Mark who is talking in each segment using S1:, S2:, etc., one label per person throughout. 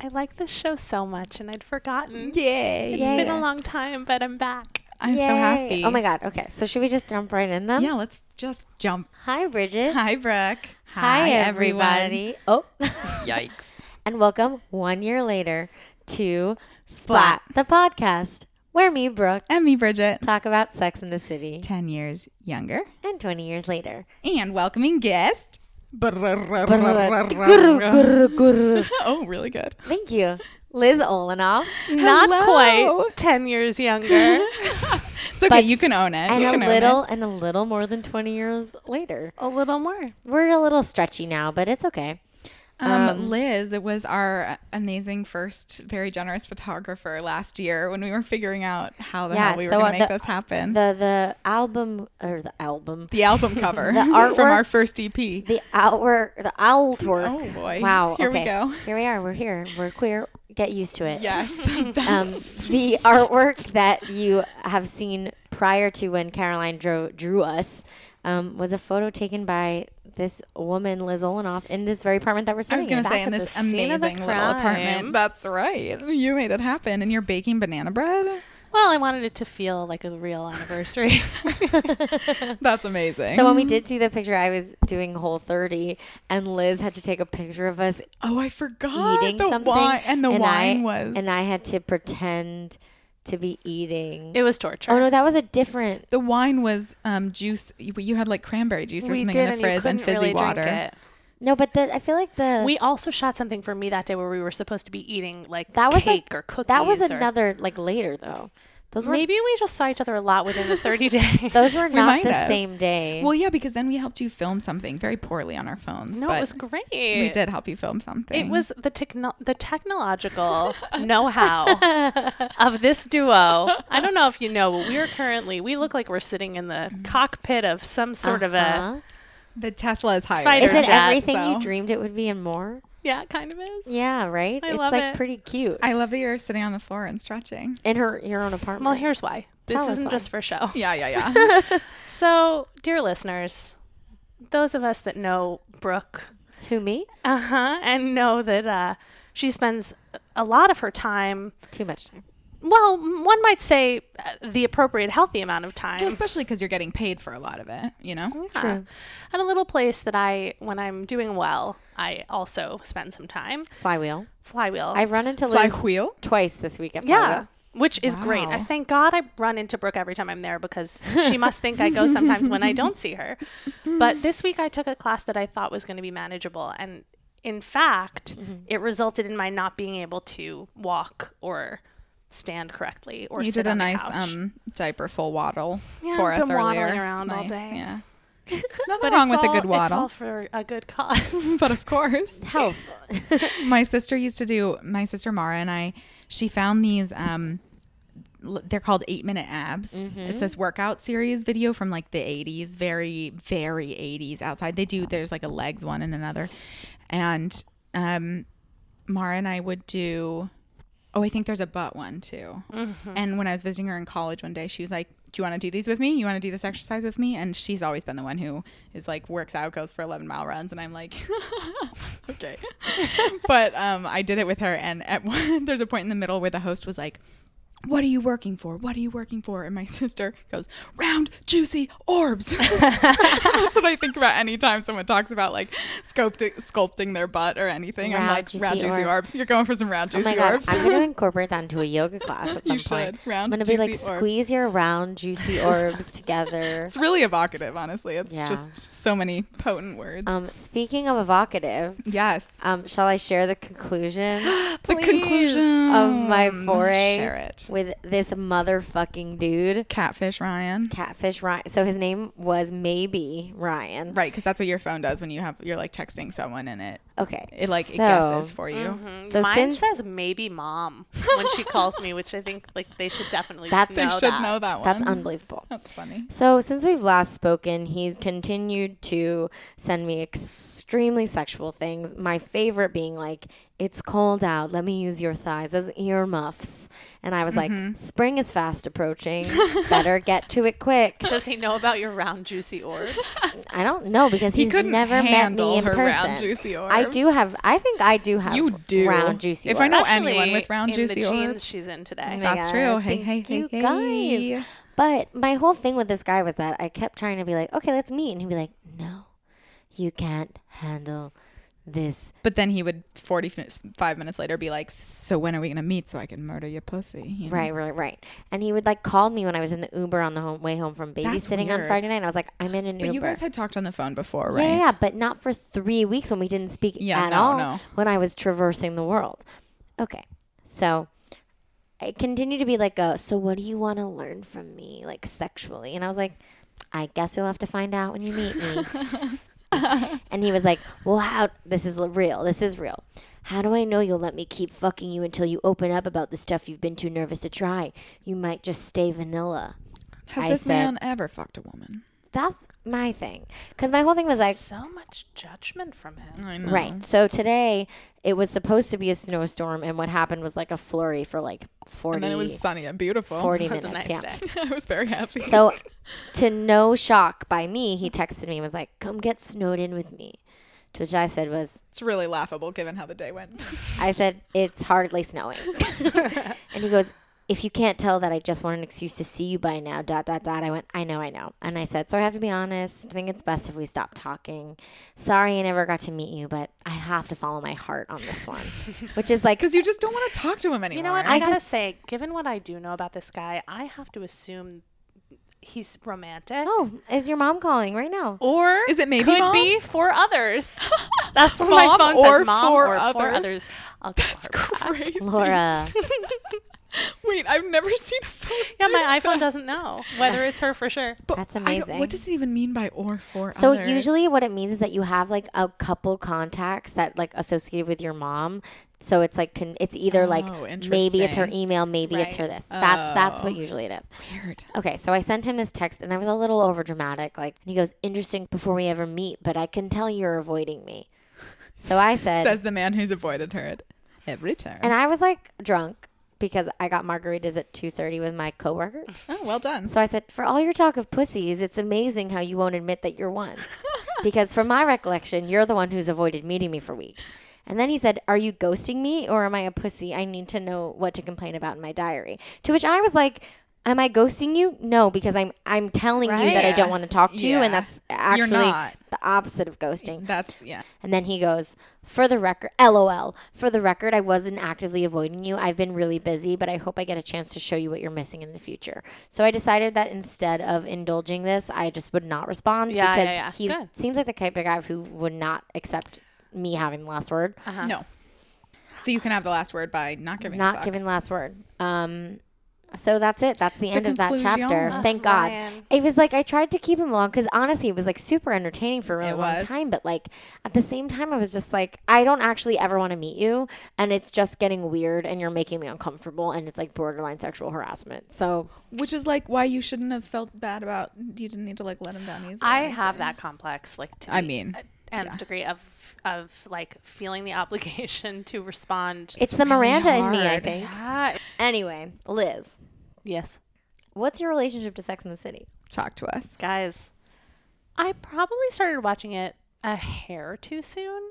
S1: I like this show so much, and I'd forgotten.
S2: Yay.
S1: It's
S2: Yay.
S1: been a long time, but I'm back.
S2: I'm so
S3: Yay.
S2: happy.
S3: Oh my god. Okay, so should we just jump right in then?
S2: Yeah, let's just jump.
S3: Hi, Bridget.
S2: Hi, Brooke.
S3: Hi, everybody. Oh,
S2: Yikes.
S3: and welcome one year later to
S2: Splat.
S3: Splat, the podcast, where me, Brooke,
S2: And me, Bridget.
S3: talk about sex in the city
S2: 10 years younger.
S3: and 20 years later.
S2: And welcoming guest. oh,
S3: Thank
S2: really good.
S3: you, Liz Olenoff.
S1: Not
S2: Hello.
S1: quite 10 years younger.
S2: It's okay. you can own it.
S3: And
S2: You
S3: a
S2: can own
S3: little, and a little more than 20 years later.
S1: a little more.
S3: We're a little stretchy now, but it's okay.
S2: it. Um, Liz was our amazing first, very generous photographer last year when we were figuring out how the hell we were going
S3: uh,
S2: to make this happen. The,
S3: The the album or the album,
S2: album cover
S3: The
S2: from our
S3: artwork-
S2: first E EP.
S3: the outwork, the outwork.
S2: Oh, boy.
S3: Wow.
S2: Here we
S3: okay.
S2: go.
S3: Here we are. We're here. We're queer. Get used to it.
S2: yes.
S3: Um, the artwork that you have seen prior to when Caroline drew, drew us um, was a photo taken by this woman, Liz Olenoff, in this very apartment that we're
S2: I
S3: sitting
S2: was going
S3: in.
S2: to say in
S1: at
S2: this
S1: the scene
S2: amazing
S1: of the
S2: little
S1: crime.
S2: apartment. That's right. You made it happen, and you're baking banana bread.
S1: Well, I wanted it to feel like a real anniversary.
S2: That's amazing.
S3: So when we did do the picture, I was doing Whole 30, and Liz had to take a picture of us
S2: oh, I forgot
S3: eating
S2: the
S3: something,
S2: wine and the wine
S3: I,
S2: was
S3: and I had to pretend to be eating.
S1: it was torture.
S3: oh no, that was a different.
S2: the wine was um juice. You you had like cranberry juice or
S1: we
S2: something
S1: did, and
S2: in the
S1: you
S2: frizz
S1: couldn't
S2: and fizzy
S1: really
S2: water.
S1: drink
S3: No, but the, I feel like the
S1: it. We also shot something for me that day where we were supposed to be eating like
S3: that was
S1: cake
S3: like,
S1: or cookies.
S3: That was
S1: or-
S3: another like later though. Those were
S1: Maybe we just saw each other a lot within the 30 days.
S3: those were not
S2: might
S3: the
S2: have.
S3: same day.
S2: Well, yeah, because then we helped you film something very poorly on our phones.
S1: no,
S2: but
S1: it was great.
S2: We did help you film something.
S1: It was the techno- the technological know-how of this duo. I don't know if you know, but we are currently we look like we're sitting in the cockpit of some sort of a
S3: Mm-hmm. Uh-huh.
S2: the Tesla is higher.
S1: Fighter
S3: Is it
S1: jazz,
S3: everything
S2: so.
S3: you dreamed it would be and more?
S1: yeah, it kind of is.
S3: Yeah, right.
S1: I
S3: it's
S1: love
S3: like
S1: it.
S3: pretty cute.
S2: I love that you're sitting on the floor and stretching.
S3: in her your own apartment.
S1: Well, here's why. This
S3: Tell us
S1: isn't
S3: why.
S1: just for show.
S2: Yeah, yeah, yeah.
S1: So, dear listeners, those of us that know Brooke,
S3: who me?
S1: uh huh, and know that uh, she spends a lot of her time.
S3: Too much time.
S1: Well, m- one might say uh, the appropriate healthy amount of time.
S2: well, especially because you're getting paid for a lot of it. You know.
S1: Yeah.
S3: True.
S1: At Uh, a little place that I, when I'm doing well, I also spend some time.
S3: Flywheel.
S1: Flywheel.
S3: I've run into
S2: Fly
S3: Liz
S2: wheel.
S3: twice this week at
S1: Oh. yeah.
S3: Flywheel.
S1: Which is great. I
S2: Wow.
S1: thank God I run into Brooke every time I'm there because she must think I go sometimes when I don't see her. But this week I took a class that I thought was going to be manageable. And in fact, it resulted in my not being able to walk or stand correctly or
S2: You
S1: sit
S2: did a
S1: on the
S2: nice
S1: couch.
S2: um, diaper full waddle
S1: Yeah,
S2: for
S1: I've
S2: us
S1: been waddling
S2: earlier.
S1: around all
S2: nice,
S1: day.
S2: Yeah. Nothing
S1: But
S2: wrong
S1: it's
S2: with a
S1: all-
S2: good
S1: It's all
S2: waddle.
S1: for a good cause.
S2: But of course,
S3: Health. Oh
S2: my sister used to do. My sister Mara and I, she found these. Um, l- they're called eight minute abs.
S1: Mm-hmm.
S2: It's this workout series video from like the eighties, very very eighties. Outside, they do. There's like a legs one and another, and um, Mara and I would do. Oh, I think there's a butt one too.
S3: Mm-hmm.
S2: And when I was visiting her in college one day, she was like, "Do you want to do these with me? You want to do this exercise with me?" And she's always been the one who is like works out, goes for 11 mile runs, and I'm like, "Okay." but um, I did it with her, and at one, there's a point in the middle where the host was like. What are you working for? What are you working for? And my sister goes, round, juicy orbs. That's what I think about anytime someone talks about like sculpting, sculpting their butt or anything. I'm
S3: Round,
S2: like, round,
S3: juicy
S2: juicy orbs.
S3: orbs.
S2: You're going for some round,
S3: Oh
S2: juicy
S3: my god!
S2: orbs.
S3: I'm gonna incorporate that into a yoga class at some
S2: You
S3: point.
S2: should. Round,
S3: I'm gonna be like,
S2: juicy orbs.
S3: squeeze your round, juicy orbs together.
S2: It's really evocative, honestly. It's
S3: Yeah.
S2: just so many potent words.
S3: Um, uh, speaking of evocative,
S2: yes.
S3: um, shall I share the conclusion
S2: the conclusion
S3: of my foray
S2: Mm, Share it.
S3: with this motherfucking dude,
S2: Catfish Ryan.
S3: Catfish Ryan. So his name was maybe Ryan.
S2: Right, because that's what your phone does when you have you're like texting someone and it
S3: Okay.
S2: it like it
S3: so- mm-hmm.
S2: guesses for you.
S3: So
S1: Mine
S3: since
S1: says maybe mom when she calls me, which I think like they should definitely
S3: That's-
S1: know
S3: They
S2: Should
S1: that.
S2: know that one.
S3: that's unbelievable.
S2: That's funny.
S3: So, since we've last spoken, he's continued to send me extremely sexual things. My favorite being like, it's cold out. Let me use your thighs as earmuffs. And I was
S2: Mm-hmm.
S3: like, spring is fast approaching. Better get to it quick.
S1: Does he know about your round juicy orbs?
S3: I don't know because
S2: He
S3: he's
S2: couldn't
S3: never met
S2: handle
S3: me in
S2: her
S3: person.
S2: round juicy
S3: I
S2: orbs.
S3: do have, I think I do have
S2: You do.
S3: round juicy
S2: If I know
S3: orbs.
S2: anyone
S1: Especially
S2: with round
S1: in
S2: juicy
S1: the
S2: orbs.
S1: jeans she's in today.
S3: my
S2: That's
S3: God.
S2: true. Hey,
S3: Thank
S2: hey,
S3: you
S2: hey, hey.
S3: guys. But my whole thing with this guy was that I kept trying to be like, okay, let's meet. And he'd be like, no, you can't handle this.
S2: But then he would forty minutes, five minutes later be like, "So when are we gonna meet so I can murder your pussy?" You know?
S3: Right, right, right. And he would like call me when I was in the Uber on the home, way home from
S2: That's
S3: babysitting on
S2: weird.
S3: Friday night. And I was like, I'm in an
S2: But
S3: Uber.
S2: you guys had talked on the phone before,
S3: Yeah,
S2: right?
S3: yeah, yeah, but not for three weeks when we didn't speak
S2: Yeah,
S3: at
S2: no,
S3: all
S2: no.
S3: when I was traversing the world. Okay, so it continued to be like a, so what do you want to learn from me, like sexually? And I was like, I guess you'll have to find out when you meet me. and he was like, well, how, this is l- real, this is real. How do I know you'll let me keep fucking you until you open up about the stuff you've been too nervous to try? You might just stay vanilla.
S2: Has
S3: I
S2: this
S3: said-
S2: man ever fucked a woman?
S3: That's my thing. Because my whole thing was like,
S1: So much judgment from him.
S2: I know.
S3: Right. So today it was supposed to be a snowstorm, and what happened was like a flurry for like 40,
S2: And then it was sunny and beautiful.
S3: 40
S1: That's
S3: minutes.
S1: a nice
S3: yeah.
S1: day.
S2: I was very happy.
S3: So, to no shock by me, he texted me and was like, "Come get snowed in with me," to which I said was,
S2: it's really laughable given how the day went.
S3: "I said it's hardly snowing," and he goes. If you can't tell that I just want an excuse to see you by now, dot, dot, dot. I went, I know, I know. And I said, So I have to be honest. I think it's best if we stop talking. Sorry I never got to meet you, but I have to follow my heart on this one, which is like
S2: Because you just don't want to talk to him anymore.
S1: You know what? I, gotta
S3: just-
S1: say, given what I do know about this guy, I have to assume he's romantic.
S3: Oh, is your mom calling right now?
S1: Or
S2: Is it maybe
S1: could
S2: mom?
S1: be for others. That's what my
S2: Mom
S1: phone
S2: or
S1: says. Mom
S2: for
S1: or for
S2: others?
S1: others. I'll call
S2: That's
S1: her back.
S2: crazy.
S3: Laura.
S2: Wait, I've never seen a phone.
S1: Yeah,
S2: do
S1: my
S2: that.
S1: iPhone doesn't know whether it's her for sure.
S2: But
S3: That's
S2: I don't-
S3: amazing.
S2: What does it even mean by or for?
S3: So
S2: others?
S3: usually what it means is that you have like a couple contacts that like associated with your mom. So it's like con- it's either like
S2: Oh,
S3: maybe it's her
S2: interesting.
S3: email, maybe it's her
S1: Right.
S3: this. That's that's what
S2: Oh.
S3: usually it is.
S2: Weird.
S3: Okay, so I sent him this text and I was a little over dramatic like and he goes, "Interesting before we ever meet, but I can tell you're avoiding me." So I said
S2: Says the man who's avoided her at every turn.
S3: and I was like drunk because I got margaritas at 2:30 with my coworker.
S2: oh, well done.
S3: So I said, for all your talk of pussies, it's amazing how you won't admit that you're one. because from my recollection, you're the one who's avoided meeting me for weeks. And then he said, Are you ghosting me or am I a pussy? I need to know what to complain about in my diary. To which I was like, Am I ghosting you? No, because I'm I'm telling you that I
S2: Right.
S3: don't want to talk to you, and
S2: Yeah.
S3: that's
S2: You're
S3: actually
S2: not.
S3: the opposite of ghosting.
S2: That's yeah.
S3: And then he goes, For the record, LOL, for the record, I wasn't actively avoiding you. I've been really busy, but I hope I get a chance to show you what you're missing in the future. So I decided that instead of indulging this, I just would not respond
S1: Yeah, yeah, yeah.
S3: because he
S1: Good.
S3: seems like the type of guy who would not accept me having the last word,
S1: Uh-huh.
S2: No. So you can have the last word by not giving.
S3: not
S2: a fuck.
S3: giving the last word. Um, so that's it. That's the, end of that
S2: conclusion.
S3: chapter.
S2: Ugh,
S3: Thank God.
S1: Oh, Ryan.
S3: It was like I tried to keep him along because honestly, it was like super entertaining for a really
S2: It
S3: long
S2: was.
S3: time. But like at the same time, I was just like, I don't actually ever want to meet you, and it's just getting weird, and you're making me uncomfortable, and it's like borderline sexual harassment. So
S2: Which is like why you shouldn't have felt bad about. You didn't need to like let him down easily.
S1: I have that complex, like to
S2: I
S1: the
S2: mean,
S1: nth degree of of like feeling the obligation to respond.
S3: it's, the Miranda in me, I
S2: hard.
S3: think.
S1: yeah.
S3: Anyway, Liz,
S1: Yes,
S3: what's your relationship to Sex in the City?
S2: talk to us.
S1: guys. I probably started watching it a hair too soon.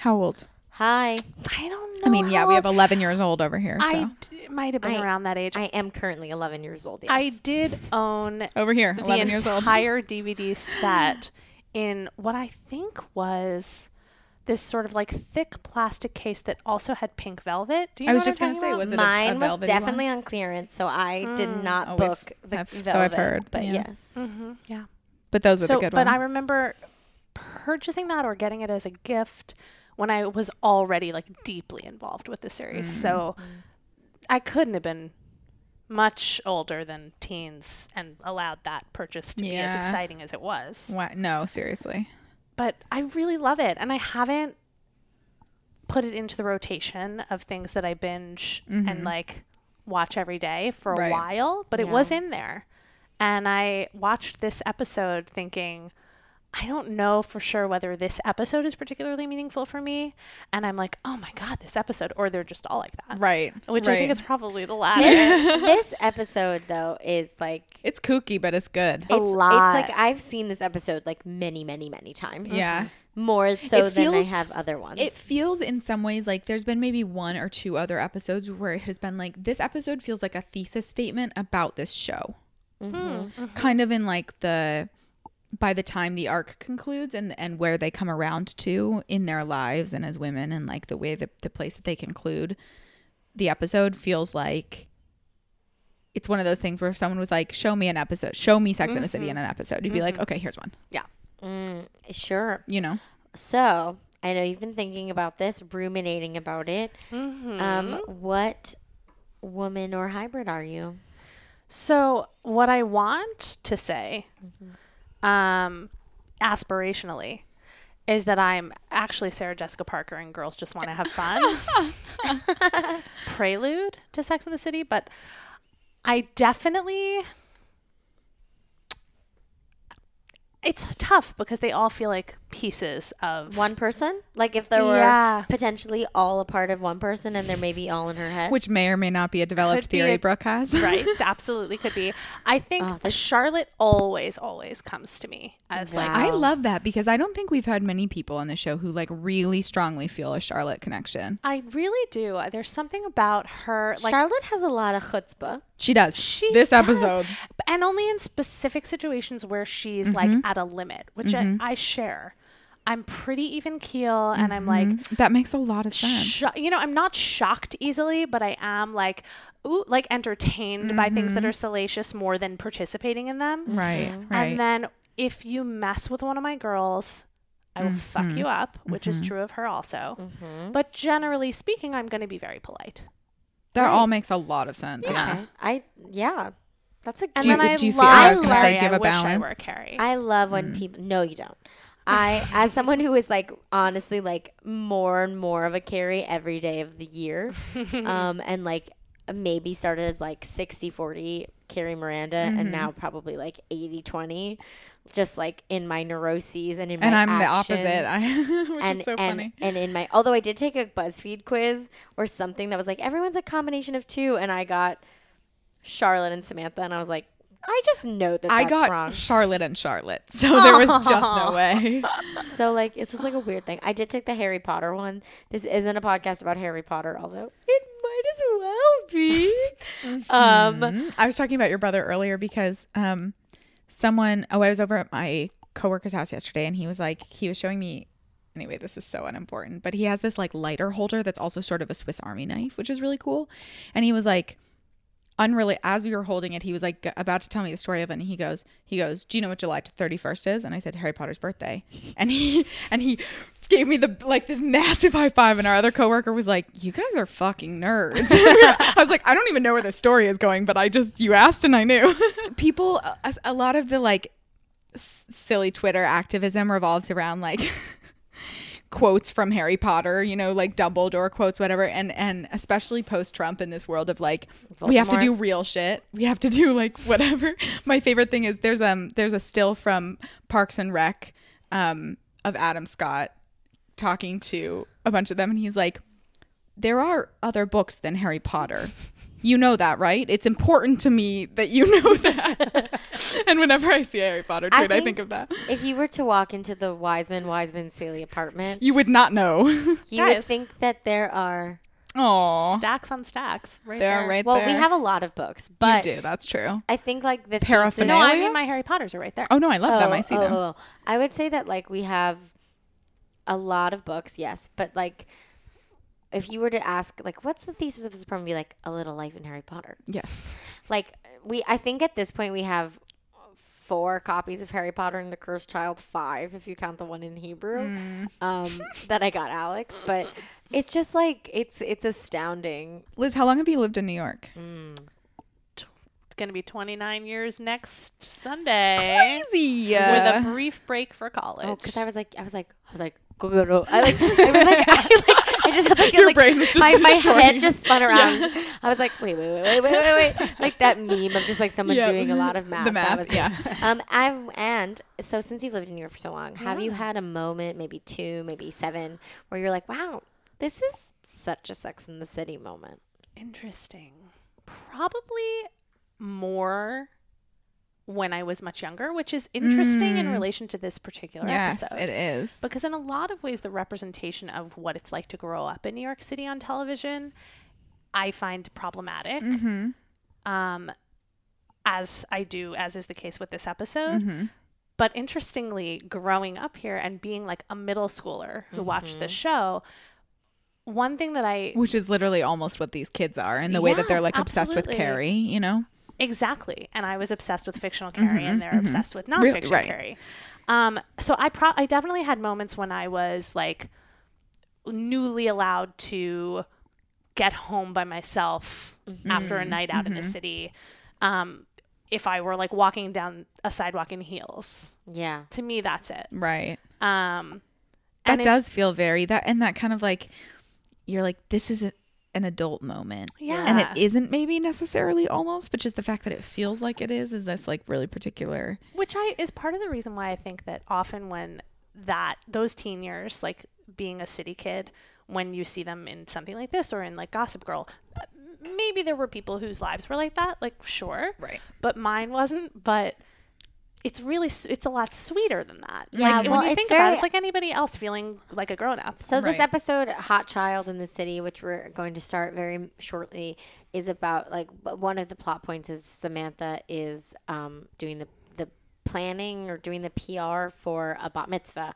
S2: How old?
S3: Hi,
S1: I don't know.
S2: I mean, yeah,
S1: how
S2: we have
S1: old-
S2: 11 years old over here. So
S1: I d- might have been
S3: I-
S1: around that age.
S3: I am currently 11 years old. Yes.
S1: I did own
S2: over here,
S1: the
S2: 11 years old.
S1: entire DVD set in what I think was this sort of like thick plastic case that also had pink velvet. Do you
S2: I
S1: know
S2: was
S1: what
S2: just
S1: I'm
S2: gonna
S1: talking
S2: say,
S1: about?
S2: was it a- a
S3: Mine was
S2: velvety one?
S3: definitely on clearance, so I did not
S2: Oh, we've-
S3: book the
S2: I've-
S3: velvet.
S2: so I've heard,
S3: but
S2: yeah.
S3: yes,
S1: yeah.
S2: But those were
S1: So,
S2: the good
S1: but
S2: ones.
S1: I remember purchasing that or getting it as a gift when I was
S2: Mm-hmm.
S1: already like deeply involved with the series. So I couldn't have been much older than teens and allowed that purchase to be as
S2: Yeah.
S1: exciting as it was.
S2: What? No, seriously.
S1: But I really love it. And I haven't put it into the rotation of things that I binge and like watch every day for a
S2: Mm-hmm. Right.
S1: while, but it
S3: Yeah.
S1: was in there. And I watched this episode thinking, I don't know for sure whether this episode is particularly meaningful for me. And I'm like, oh my God, this episode. Or they're just all like that.
S2: Right.
S1: Which I think
S2: right.
S1: is probably the latter.
S3: This, this episode though is like
S2: it's kooky, but it's good.
S3: it's,
S1: lot.
S3: It's like I've seen this episode like many, many, many times.
S2: Yeah.
S3: more so
S2: It
S3: than I
S2: feels-
S3: have other ones.
S2: It feels in some ways like there's been maybe one or two other episodes where it has been like this episode feels like a thesis statement about this show.
S1: Mm-hmm.
S2: Kind of in like the by the time the arc concludes and and where they come around to in their lives and as women and like the way that the place that they conclude the episode feels like it's one of those things where if someone was like, "Show me an episode, show me Sex in the
S1: Mm-hmm.
S2: City in an episode," you'd be like, "Okay, here's one,"
S1: yeah.
S3: Mm, sure.
S2: you know.
S3: So I know you've been thinking about this, ruminating about it.
S2: Mm-hmm.
S3: Um, what woman or hybrid are you?
S1: So, what I want to say, um, aspirationally, is that I'm actually Sarah Jessica Parker and girls just want to have fun. Prelude to Sex in the City, but I definitely. It's tough because they all feel like pieces of
S3: One person? Like if there were
S1: Yeah.
S3: potentially all a part of one person, and they're maybe all in her head.
S2: Which may or may not be a developed
S1: Could be
S2: theory
S1: a-
S2: Brooke has.
S1: right? Absolutely could be. I think
S3: this-
S1: Charlotte always, always comes to me as like
S3: Wow.
S2: I love that because I don't think we've had many people on the show who like really strongly feel a Charlotte connection.
S1: I really do. Uh, There's something about her, like,
S3: Charlotte has a lot of chutzpah.
S2: She does.
S1: she
S2: this
S1: does,
S2: episode.
S1: b- and only in specific situations where she's
S2: Mm-hmm.
S1: like at a limit, which uh, I, I share. I'm pretty even keel, and I'm like,
S2: That Mm-hmm. makes a lot of sense.
S1: sho- you know, I'm not shocked easily, but I am like, ooh, like entertained by things that are salacious more than participating in them.
S2: Mm-hmm. right. Right.
S1: And then if you mess with one of my girls, I will
S2: Mm-hmm.
S1: fuck you up, which is true of her also. But generally speaking, I'm going to be very polite.
S2: that all makes a lot of sense. Yeah.
S3: Okay. I yeah. That's a
S1: And
S3: do
S2: you-
S1: then I
S2: do you
S1: love
S2: feel- I was
S3: gonna say,
S1: Carrie.
S2: do you have a
S1: I wish I
S2: balance?
S1: were Carrie.
S3: I love when people. No, you don't. I, as someone who is like honestly like more and more of a carry every day of the year, um, and like maybe started as like 60 40 Carrie Miranda, and now probably like 80 20, just like in my neuroses and in
S2: And
S3: my
S2: I'm the
S3: actions
S2: opposite. I, which
S3: and
S2: is so
S3: and
S2: funny.
S3: and in my although I did take a BuzzFeed quiz or something that was like everyone's a combination of two, and I got Charlotte and Samantha, and I was like, I just know that
S2: I
S3: that's
S2: got
S3: wrong.
S2: Charlotte and Charlotte. So there was just no way.
S3: So like it's just like a weird thing. I did take the Harry Potter one. This isn't a podcast about Harry Potter, although it might as well be. um,
S2: Mhm. I was talking about your brother earlier because um, someone, oh, I was over at my coworker's house yesterday and he was like, he was showing me, anyway, this is so unimportant, but he has this like lighter holder that's also sort of a Swiss Army knife, which is really cool. And he was like, unrelated, as we were holding it, he was like g- about to tell me the story of it. And he goes, he goes, do you know what July 31st is? And I said, Harry Potter's birthday. And he, and he, gave me the like this massive high five and our other coworker was like you guys are fucking nerds i was like i don't even know where this story is going but i just you asked and i knew people a, a lot of the like s- silly twitter activism revolves around like quotes from harry potter you know like dumbledore quotes whatever and and especially post trump in this world of like we have to
S3: Voldemort.
S2: do real shit we have to do like whatever my favorite thing is there's um there's a still from parks and rec um of adam scott talking to a bunch of them and he's like there are other books than harry potter you know that right it's important to me that you know that and whenever i see a harry potter
S3: I
S2: tweet i think,
S3: think-
S2: of that
S3: if you were to walk into the Wiseman Wiseman Saley apartment,
S2: you would not know
S3: you would
S1: Guys.
S3: think that there are.
S2: oh
S1: stacks on stacks. Right
S2: they
S1: there.
S2: are right
S3: Well,
S2: there
S3: we have a lot of books, but
S2: you do that's true
S3: I think like the thesis-
S2: Paraphernalia?
S1: No, I mean my Harry Potters are right there.
S2: oh no i love them
S3: Oh,
S2: i see
S3: oh,
S2: them
S3: oh, oh. I would say that like we have a lot of books, yes, but like if you were to ask like what's the thesis of this program, be like a little life in Harry Potter.
S2: yes
S3: Like we, I think at this point we have four copies of Harry Potter and the Cursed Child, five if you count the one in Hebrew um, that I got Alex, but. It's just like it's it's astounding.
S2: liz how long have you lived in new york
S1: going to be 29 years next Sunday
S2: Crazy.
S1: with a brief break for college.
S3: Oh, because I was like, I was like, I was like, go go go. I like, I was like, I like, I just had like,
S2: Your
S3: like
S2: brain was just
S3: my, my
S2: shorting.
S3: head just spun around. I was like, wait, wait, wait, wait, wait, wait, wait, like that meme of just like someone
S2: Yeah.
S3: doing a lot of math. That
S2: The math,
S3: was-
S2: yeah.
S3: Um, I've and so since you've lived in New York for so long, have you had a moment, maybe two, maybe seven, where you're like, wow, this is such a Sex in the City moment.
S1: Interesting. Probably more when I was much younger, which is interesting in relation to this particular
S2: yes,
S1: episode.
S2: it is.
S1: Because in a lot of ways, the representation of what it's like to grow up in New York City on television, I find problematic. Um, as I do, as is the case with this episode. But interestingly, growing up here and being like a middle schooler who watched the show, one thing that I
S2: Which is literally almost what these kids are in the way that
S1: Yeah,
S2: they're like obsessed with
S1: absolutely.
S2: Carrie, you know?
S1: Exactly. And I was obsessed with fictional Carrie, and they're obsessed with
S2: Mm-hmm, Really,
S1: nonfiction
S2: right.
S1: Carrie. Um, so I pro- I definitely had moments when I was like newly allowed to get home by myself
S2: Mm-hmm.
S1: after a night out in the city. Um, if I were like walking down a sidewalk in heels,
S3: Yeah.
S1: to me, that's it.
S2: Right.
S1: Um,
S2: That
S1: and it's-
S2: does feel very that and that kind of like you're like, this is a, an adult moment.
S1: Yeah.
S2: And it isn't maybe necessarily almost, but just the fact that it feels like it is is this like really particular
S1: which I is part of the reason why I think that often when that those teen years, like being a city kid, when you see them in something like this or in like Gossip Girl, uh, maybe there were people whose lives were like that, like sure,
S2: Right.
S1: but mine wasn't, but. It's really s- it's a lot sweeter than that.
S3: Yeah,
S1: like
S3: well,
S1: when you
S3: it's
S1: think about
S3: very-
S1: it, it's like anybody else feeling like a grown up.
S3: So this
S2: Right.
S3: episode, "Hot Child in the City," which we're going to start very shortly, is about like b- one of the plot points is Samantha is um, doing the the planning or doing the PR for a bat mitzvah,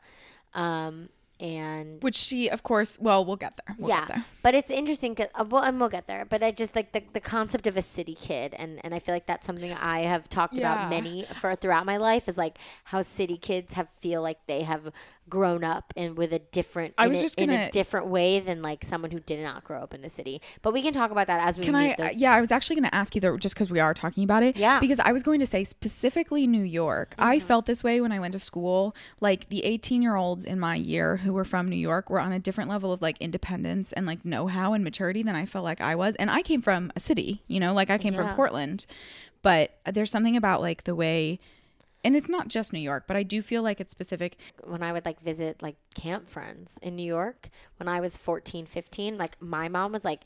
S3: um, and
S2: which she of course well, we'll get there. We'll
S3: yeah,
S2: get there.
S3: but it's interesting. 'cause- uh, well, and we'll get there. But I just like the, the concept of a city kid, and and I feel like that's something I have talked
S2: Yeah.
S3: about many for throughout my life is like how city kids have feel like they have grown up and with a different
S2: I
S3: in
S2: was
S3: a-
S2: just
S3: in
S2: gonna-
S3: a different way than like someone who did not grow up in the city. But we can talk about that as we
S2: Can I?
S3: meet the-
S2: yeah, I was actually going to ask you though, just because we are talking about it.
S3: Yeah. Mm-hmm.
S2: Because I was going to say specifically New York. I felt this way when I went to school. Like the 18 year olds in my year who were from New York were on a different level of like independence and like know how and maturity than I felt like I was. And I came from a city, you know, like I came from Portland. But there's something about like the way, and it's not just New York, but I do feel like it's specific.
S3: when I would like visit like camp friends in New York when I was 14, 15, like my mom was like,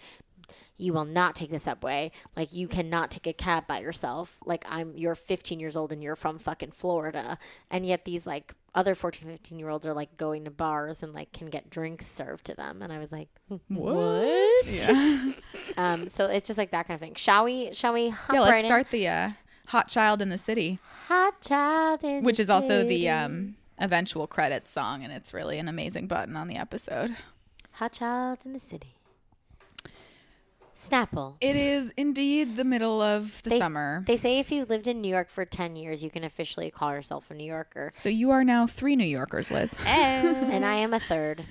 S3: you will not take the subway. Like you cannot take a cab by yourself. Like I'm you're 15 years old and you're from fucking Florida. And yet these like other 14, 15 year olds are like going to bars and like can get drinks served to them. And I was like, "Hmm,
S2: What? Yeah.
S3: um, so it's just like that kind of thing. Shall we, shall we hop
S2: yeah.
S3: right
S2: Let's
S3: in?
S2: start the uh, hot child in the city.
S3: Hot child in
S2: which is also
S3: city.
S2: the um, eventual credits song, and it's really an amazing button on the episode.
S3: hot child in the city. Snapple.
S2: It is indeed the middle of the
S3: They-
S2: summer,
S3: They say if you lived in New York for 10 years, you can officially call yourself a New Yorker.
S2: so you are now three New Yorkers, Liz,
S3: And I am a third.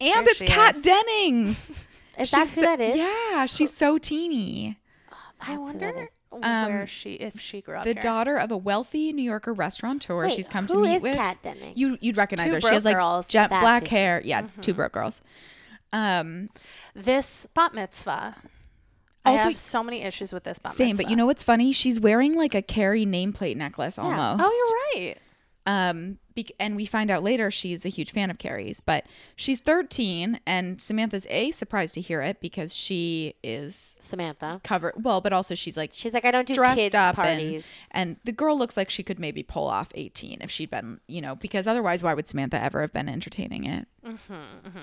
S2: and it's Kat Dennings.
S3: Is that
S2: She's
S3: who
S2: so-
S3: that is?
S2: Yeah, she's so teeny.
S1: I
S3: That's who that
S1: wonder
S3: is.
S1: where she if she grew up
S2: Um, The
S1: here.
S2: daughter of a wealthy New Yorker restaurateur.
S3: Wait,
S2: she's come to
S3: who
S2: meet
S3: is
S2: with
S3: Kat Dennings?
S2: You you'd recognize
S1: Two
S2: her.
S1: Broke
S2: She has like
S1: Girls.
S2: jet
S3: That's
S2: black
S3: who she-
S2: hair. Yeah, two broke girls. Um,
S1: this bat mitzvah.
S2: Also-
S1: I have so many issues with this bat
S2: same. But
S1: mitzvah.
S2: you know what's funny? She's wearing like a Carrie nameplate necklace almost.
S1: Oh, you're right.
S2: um bec and we find out later she's a huge fan of carrie's but she's 13 and samantha's a surprised to hear it because she is
S3: Samantha.
S2: covered well but also she's like
S3: She's like, I don't do
S2: dressed
S3: kids'
S2: up and,
S3: parties.
S2: and the girl looks like she could maybe pull off 18 if she'd been you know because otherwise why would samantha ever have been entertaining it
S3: Mm-hmm,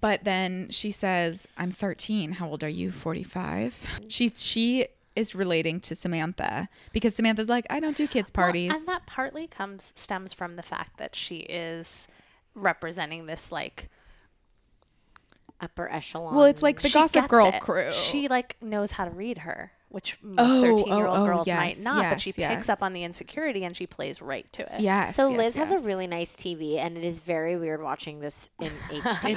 S2: but then she says i'm 13 how old are you 45 she she is relating to samantha because samantha's like i don't do kids parties
S1: and that partly comes stems from the fact that she is representing this like
S3: Upper echelon.
S2: Well, it's like the
S1: she
S2: Gossip
S1: gets
S2: Girl
S1: it.
S2: crew.
S1: She like knows how to read her, which
S2: Oh,
S1: most thirteen-year-old
S2: oh, oh,
S1: girls might
S2: yes,
S1: not. but she
S2: yes, yes.
S1: picks up on the insecurity and she plays right to it.
S2: yes.
S3: So
S2: yes,
S3: Liz has
S2: yes.
S3: a really nice TV, and it is very weird watching this in HD.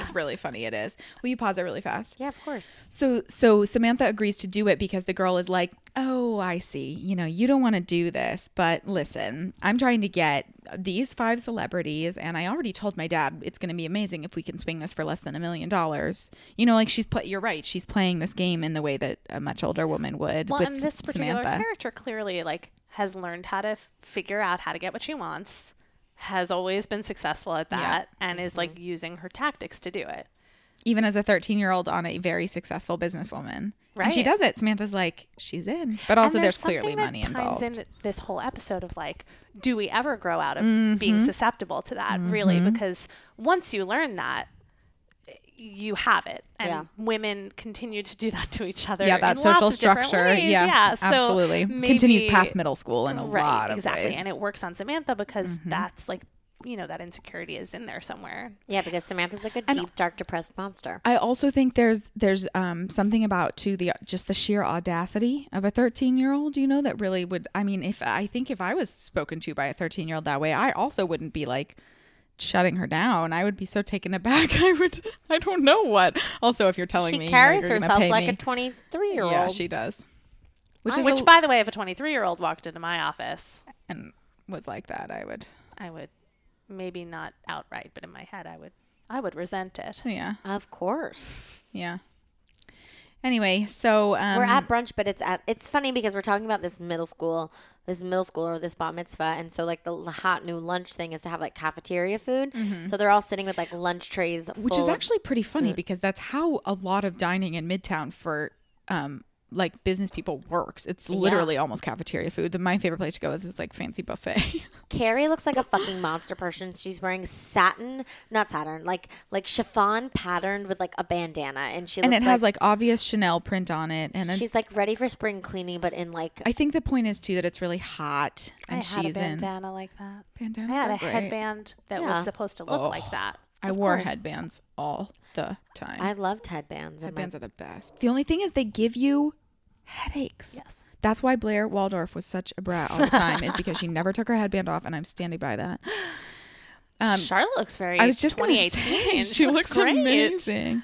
S2: It's really funny. It is. Will you pause it really fast?
S3: yeah, of course.
S2: So so Samantha agrees to do it because the girl is like, oh, I see. You know, you don't want to do this, but listen, I'm trying to get these five celebrities, and I already told my dad it's going to be amazing if we can swing this for less than a million dollars. You know, like she's, pl- you're right, she's playing this game in the way that a much older woman would
S1: Well,
S2: with
S1: and this particular
S2: Samantha.
S1: character clearly like has learned how to f- figure out how to get what she wants, has always been successful at that, and
S2: Mm-hmm.
S1: is like using her tactics to do it.
S2: Even as a 13 year old on a very successful businesswoman. And she
S1: Right.
S2: does it. Samantha's like, she's in. But also,
S1: And
S2: there's,
S1: something
S2: clearly
S1: that
S2: money
S1: ties
S2: involved.
S1: In this whole episode of like, do we ever grow out of being
S2: Mm-hmm.
S1: susceptible to that? Really, because once you learn that, you have it, and
S3: Yeah.
S1: women continue to do that to each other.
S2: yeah, that
S1: in lots
S2: social
S1: of different
S2: structure.
S1: ways.
S2: Yes,
S1: yeah, so
S2: absolutely. Continues
S1: maybe-
S2: past middle school in a lot of
S1: exactly,
S2: ways. Mm-hmm.
S1: and it works on Samantha because that's like, you know, that insecurity is in there somewhere.
S3: Yeah, because Samantha's like a deep, dark, depressed monster.
S2: I also think there's there's um, something about too the just the sheer audacity of a 13 year old. You know that really would. I mean, if I think if I was spoken to by a 13 year old that way, I also wouldn't be like shutting her down. I would be so taken aback. I would. I don't know what. Also, if you're telling me
S3: She
S2: you know,
S3: carries
S2: you're gonna
S3: herself
S2: pay
S3: like a
S2: me-
S3: 23 year
S2: yeah,
S3: old.
S2: she does.
S1: Which,
S2: Which is a-
S1: by the way, if a 23 year old walked into my office,
S2: and was like that. I would.
S1: I would maybe not outright, but in my head, I would, I would resent it.
S2: Yeah,
S3: Of course.
S2: yeah. Anyway, so um,
S3: we're at brunch, but it's at. It's funny because we're talking about this middle school, this middle school or this bat mitzvah, and so like the l- hot new lunch thing is to have like cafeteria food. So they're all sitting with like lunch trays,
S2: Mm-hmm. which
S3: full
S2: is
S3: of-
S2: actually pretty funny because that's how a lot of dining in midtown for um like business people works it's literally almost cafeteria food the, my favorite place to go is this like fancy buffet
S3: Carrie looks like a fucking monster person. She's wearing satin, not satin, like like chiffon patterned with like a bandana, and she
S2: and it
S3: looks
S2: has like obvious chanel print on it and a-
S3: she's like ready for spring cleaning, but in like
S2: i think the point is too that it's really hot and
S1: I had a
S2: she's in
S1: bandana like that.
S2: Bandanas
S1: I had
S2: are
S1: a
S2: great. Oh,
S1: headband that
S3: Yeah.
S1: was supposed to look like that.
S2: i wore headbands all the time
S3: I loved headbands. and
S2: headbands are the best the only thing is they give you headaches
S1: Yes.
S2: that's why Blair Waldorf was such a brat all the time, is because she never took her headband off, and I'm standing by that. Um,
S1: Charlotte looks very.
S2: I was just going to
S1: 2018.
S2: say she, looks, amazing.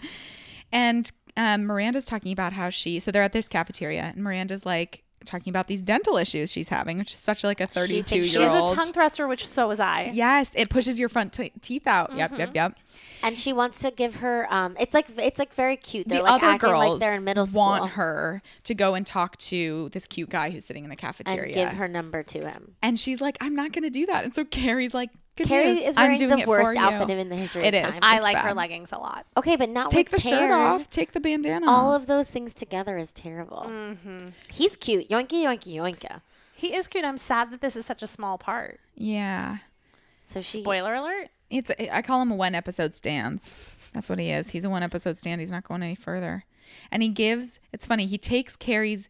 S2: And um, Miranda's talking about how she so they're at this cafeteria and Miranda's like talking about these dental issues she's having, which is such like a
S3: She
S2: thirty-two
S3: thinks
S1: She's
S2: year
S1: a
S2: old.
S1: tongue thruster, which so was I.
S2: yes, it pushes your front t- teeth out. Yep,
S3: Mm-hmm.
S2: yep, yep.
S3: And she wants to give her. Um, it's like it's like very cute. They're
S2: the
S3: like
S2: other
S3: acting
S2: girls
S3: like they're in middle school.
S2: want her to go and talk to this cute guy who's sitting in the
S3: and
S2: cafeteria.
S3: give her number to him.
S2: And she's like, "I'm not going to do that." And so Carrie's like, Good
S3: Carrie
S2: news.
S3: is
S2: I'm
S3: wearing
S2: doing
S3: the
S2: it for
S3: worst
S2: you."
S3: outfit in the history
S2: It
S3: of
S2: is.
S3: time.
S1: I
S2: It's
S1: like her
S2: bad.
S1: leggings a lot.
S3: Okay, but not
S2: Take the
S3: with
S2: shirt
S3: paired.
S2: off. Oh. Take the bandana.
S3: All of those things together is terrible.
S1: Mm-hmm.
S3: He's cute. Yoinky, yoinky, yoinka.
S1: He is cute. I'm sad that this is such a small part.
S2: yeah.
S3: So she.
S1: Spoiler alert.
S2: It's I call him a one episode stands. That's what he is. He's a one episode stand. He's not going any further. And he gives it's funny, he takes Carrie's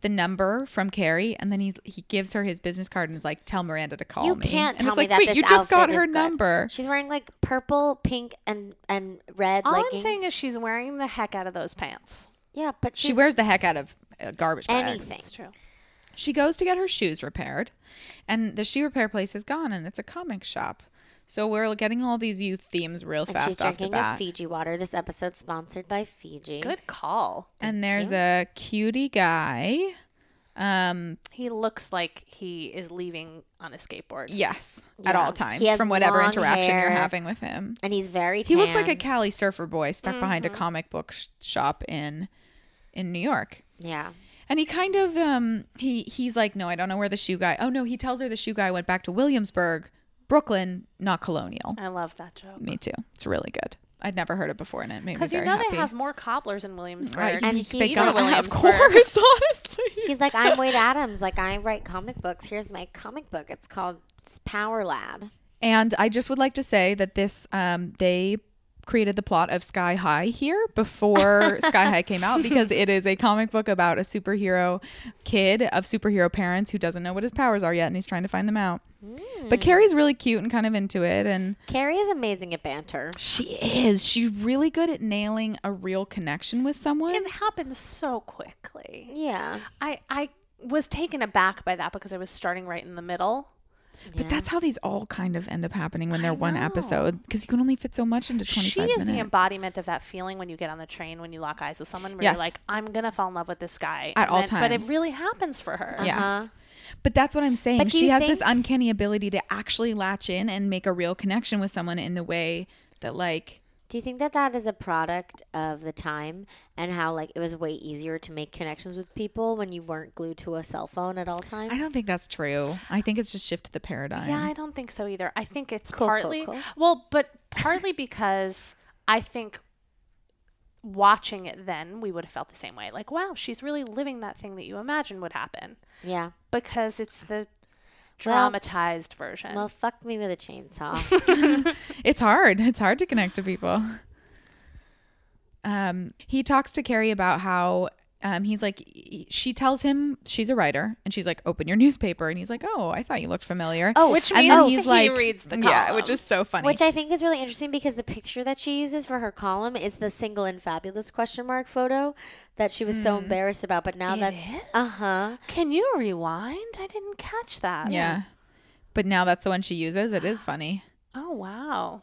S2: the number from Carrie and then he he gives her his business card and is like, Tell Miranda to call
S3: You
S2: me.
S3: can't
S2: and
S3: tell
S2: it's
S3: me
S2: like,
S3: that
S2: wait,
S3: this
S2: you just got
S3: outfit is
S2: her
S3: good.
S2: number.
S3: She's wearing like purple, pink, and and red
S1: All
S3: leggings.
S1: I'm saying is she's wearing the heck out of those pants.
S3: yeah, but she's
S2: She wears the heck out of uh, garbage bags.
S3: anything.
S1: It's true.
S2: She goes to get her shoes repaired, and the shoe repair place is gone, and it's a comic shop. So we're getting all these youth themes real
S3: And
S2: fast
S3: she's
S2: off the
S3: drinking a
S2: bat.
S3: Fiji water. This episode sponsored by Fiji.
S1: Good call.
S2: and there's a cutie guy. Um,
S1: He looks like he is leaving on a skateboard.
S2: Yes, at all times
S3: He has
S2: from whatever
S3: long
S2: interaction you're
S3: hair.
S2: having with him.
S3: And he's very.
S2: He looks like a
S3: tan.
S2: Cali surfer boy stuck behind a comic book sh- shop in in New York.
S3: Yeah.
S2: And he kind of um he he's like, "No, I don't know where the shoe guy." Oh no, he tells her the shoe guy went back to Williamsburg, Brooklyn, not Colonial.
S1: I love that joke.
S2: Me too. It's really good. I'd never heard it before and it made me
S1: Because
S2: very
S1: you know
S2: happy.
S1: they have more cobblers in
S2: Right,
S1: Williamsburg.
S3: And
S2: he-
S3: he's
S2: they
S1: from
S2: got of
S1: Williamsburg.
S2: course, honestly.
S3: He's like, I'm Wade Adams. Like, I write comic books. Here's my comic book. It's called Power Lad.
S2: And I just would like to say that this, um, they created the plot of Sky High here before Sky High came out because it is a comic book about a superhero kid of superhero parents who doesn't know what his powers are yet and he's trying to find them out. But
S1: Hmm.
S2: Carrie's really cute and kind of into it. And
S3: Carrie is amazing at banter.
S2: she is. She's really good at nailing a real connection with someone.
S1: It happens so quickly.
S3: Yeah.
S1: I I was taken aback by that because I was starting right in the middle.
S3: Yeah.
S2: But that's how these all kind of end up happening when they're one episode because you can only fit so much into 25
S1: She
S2: minutes.
S1: is the embodiment of that feeling when you get on the train when you lock eyes with someone where
S2: Yes.
S1: you're like, I'm gonna fall in love with this guy
S2: At
S1: And
S2: all
S1: then- But it
S2: times.
S1: really happens for her.
S2: Yes. But that's what I'm saying.
S3: But do
S2: She
S3: you
S2: has this
S3: think-
S2: uncanny ability to actually latch in and make a real connection with someone in the way that, like,
S3: Do you think that that is a product of the time and how like it was way easier to make connections with people when you weren't glued to a cell phone at all times?
S2: I don't think that's true. I think it's just shifted the paradigm.
S1: Yeah, I don't think so either. I think it's
S3: Cool, cool,
S1: partly
S3: cool.
S1: well, but partly because I think watching it then we would have felt the same way. Like, wow, she's really living that thing that you imagine would happen
S3: Yeah.
S1: because it's the
S3: Well-
S1: dramatized version.
S3: Well, fuck me with a chainsaw.
S2: It's hard. It's hard to connect to people. Um, he talks to Carrie about how um, he's like, she tells him she's a writer, and she's like, open your newspaper, and he's like, oh, I thought you looked familiar.
S3: Oh, Which
S2: and
S1: means he reads the
S2: yeah,
S1: column.
S2: which is so funny.
S3: Which I think is really interesting because the picture that she uses for her column is the single and fabulous question mark photo that she was
S2: Hmm.
S3: so embarrassed about. But now that uh huh,
S1: Can you rewind? I didn't catch that.
S2: yeah, but now that's the one she uses. It is funny.
S1: Oh wow.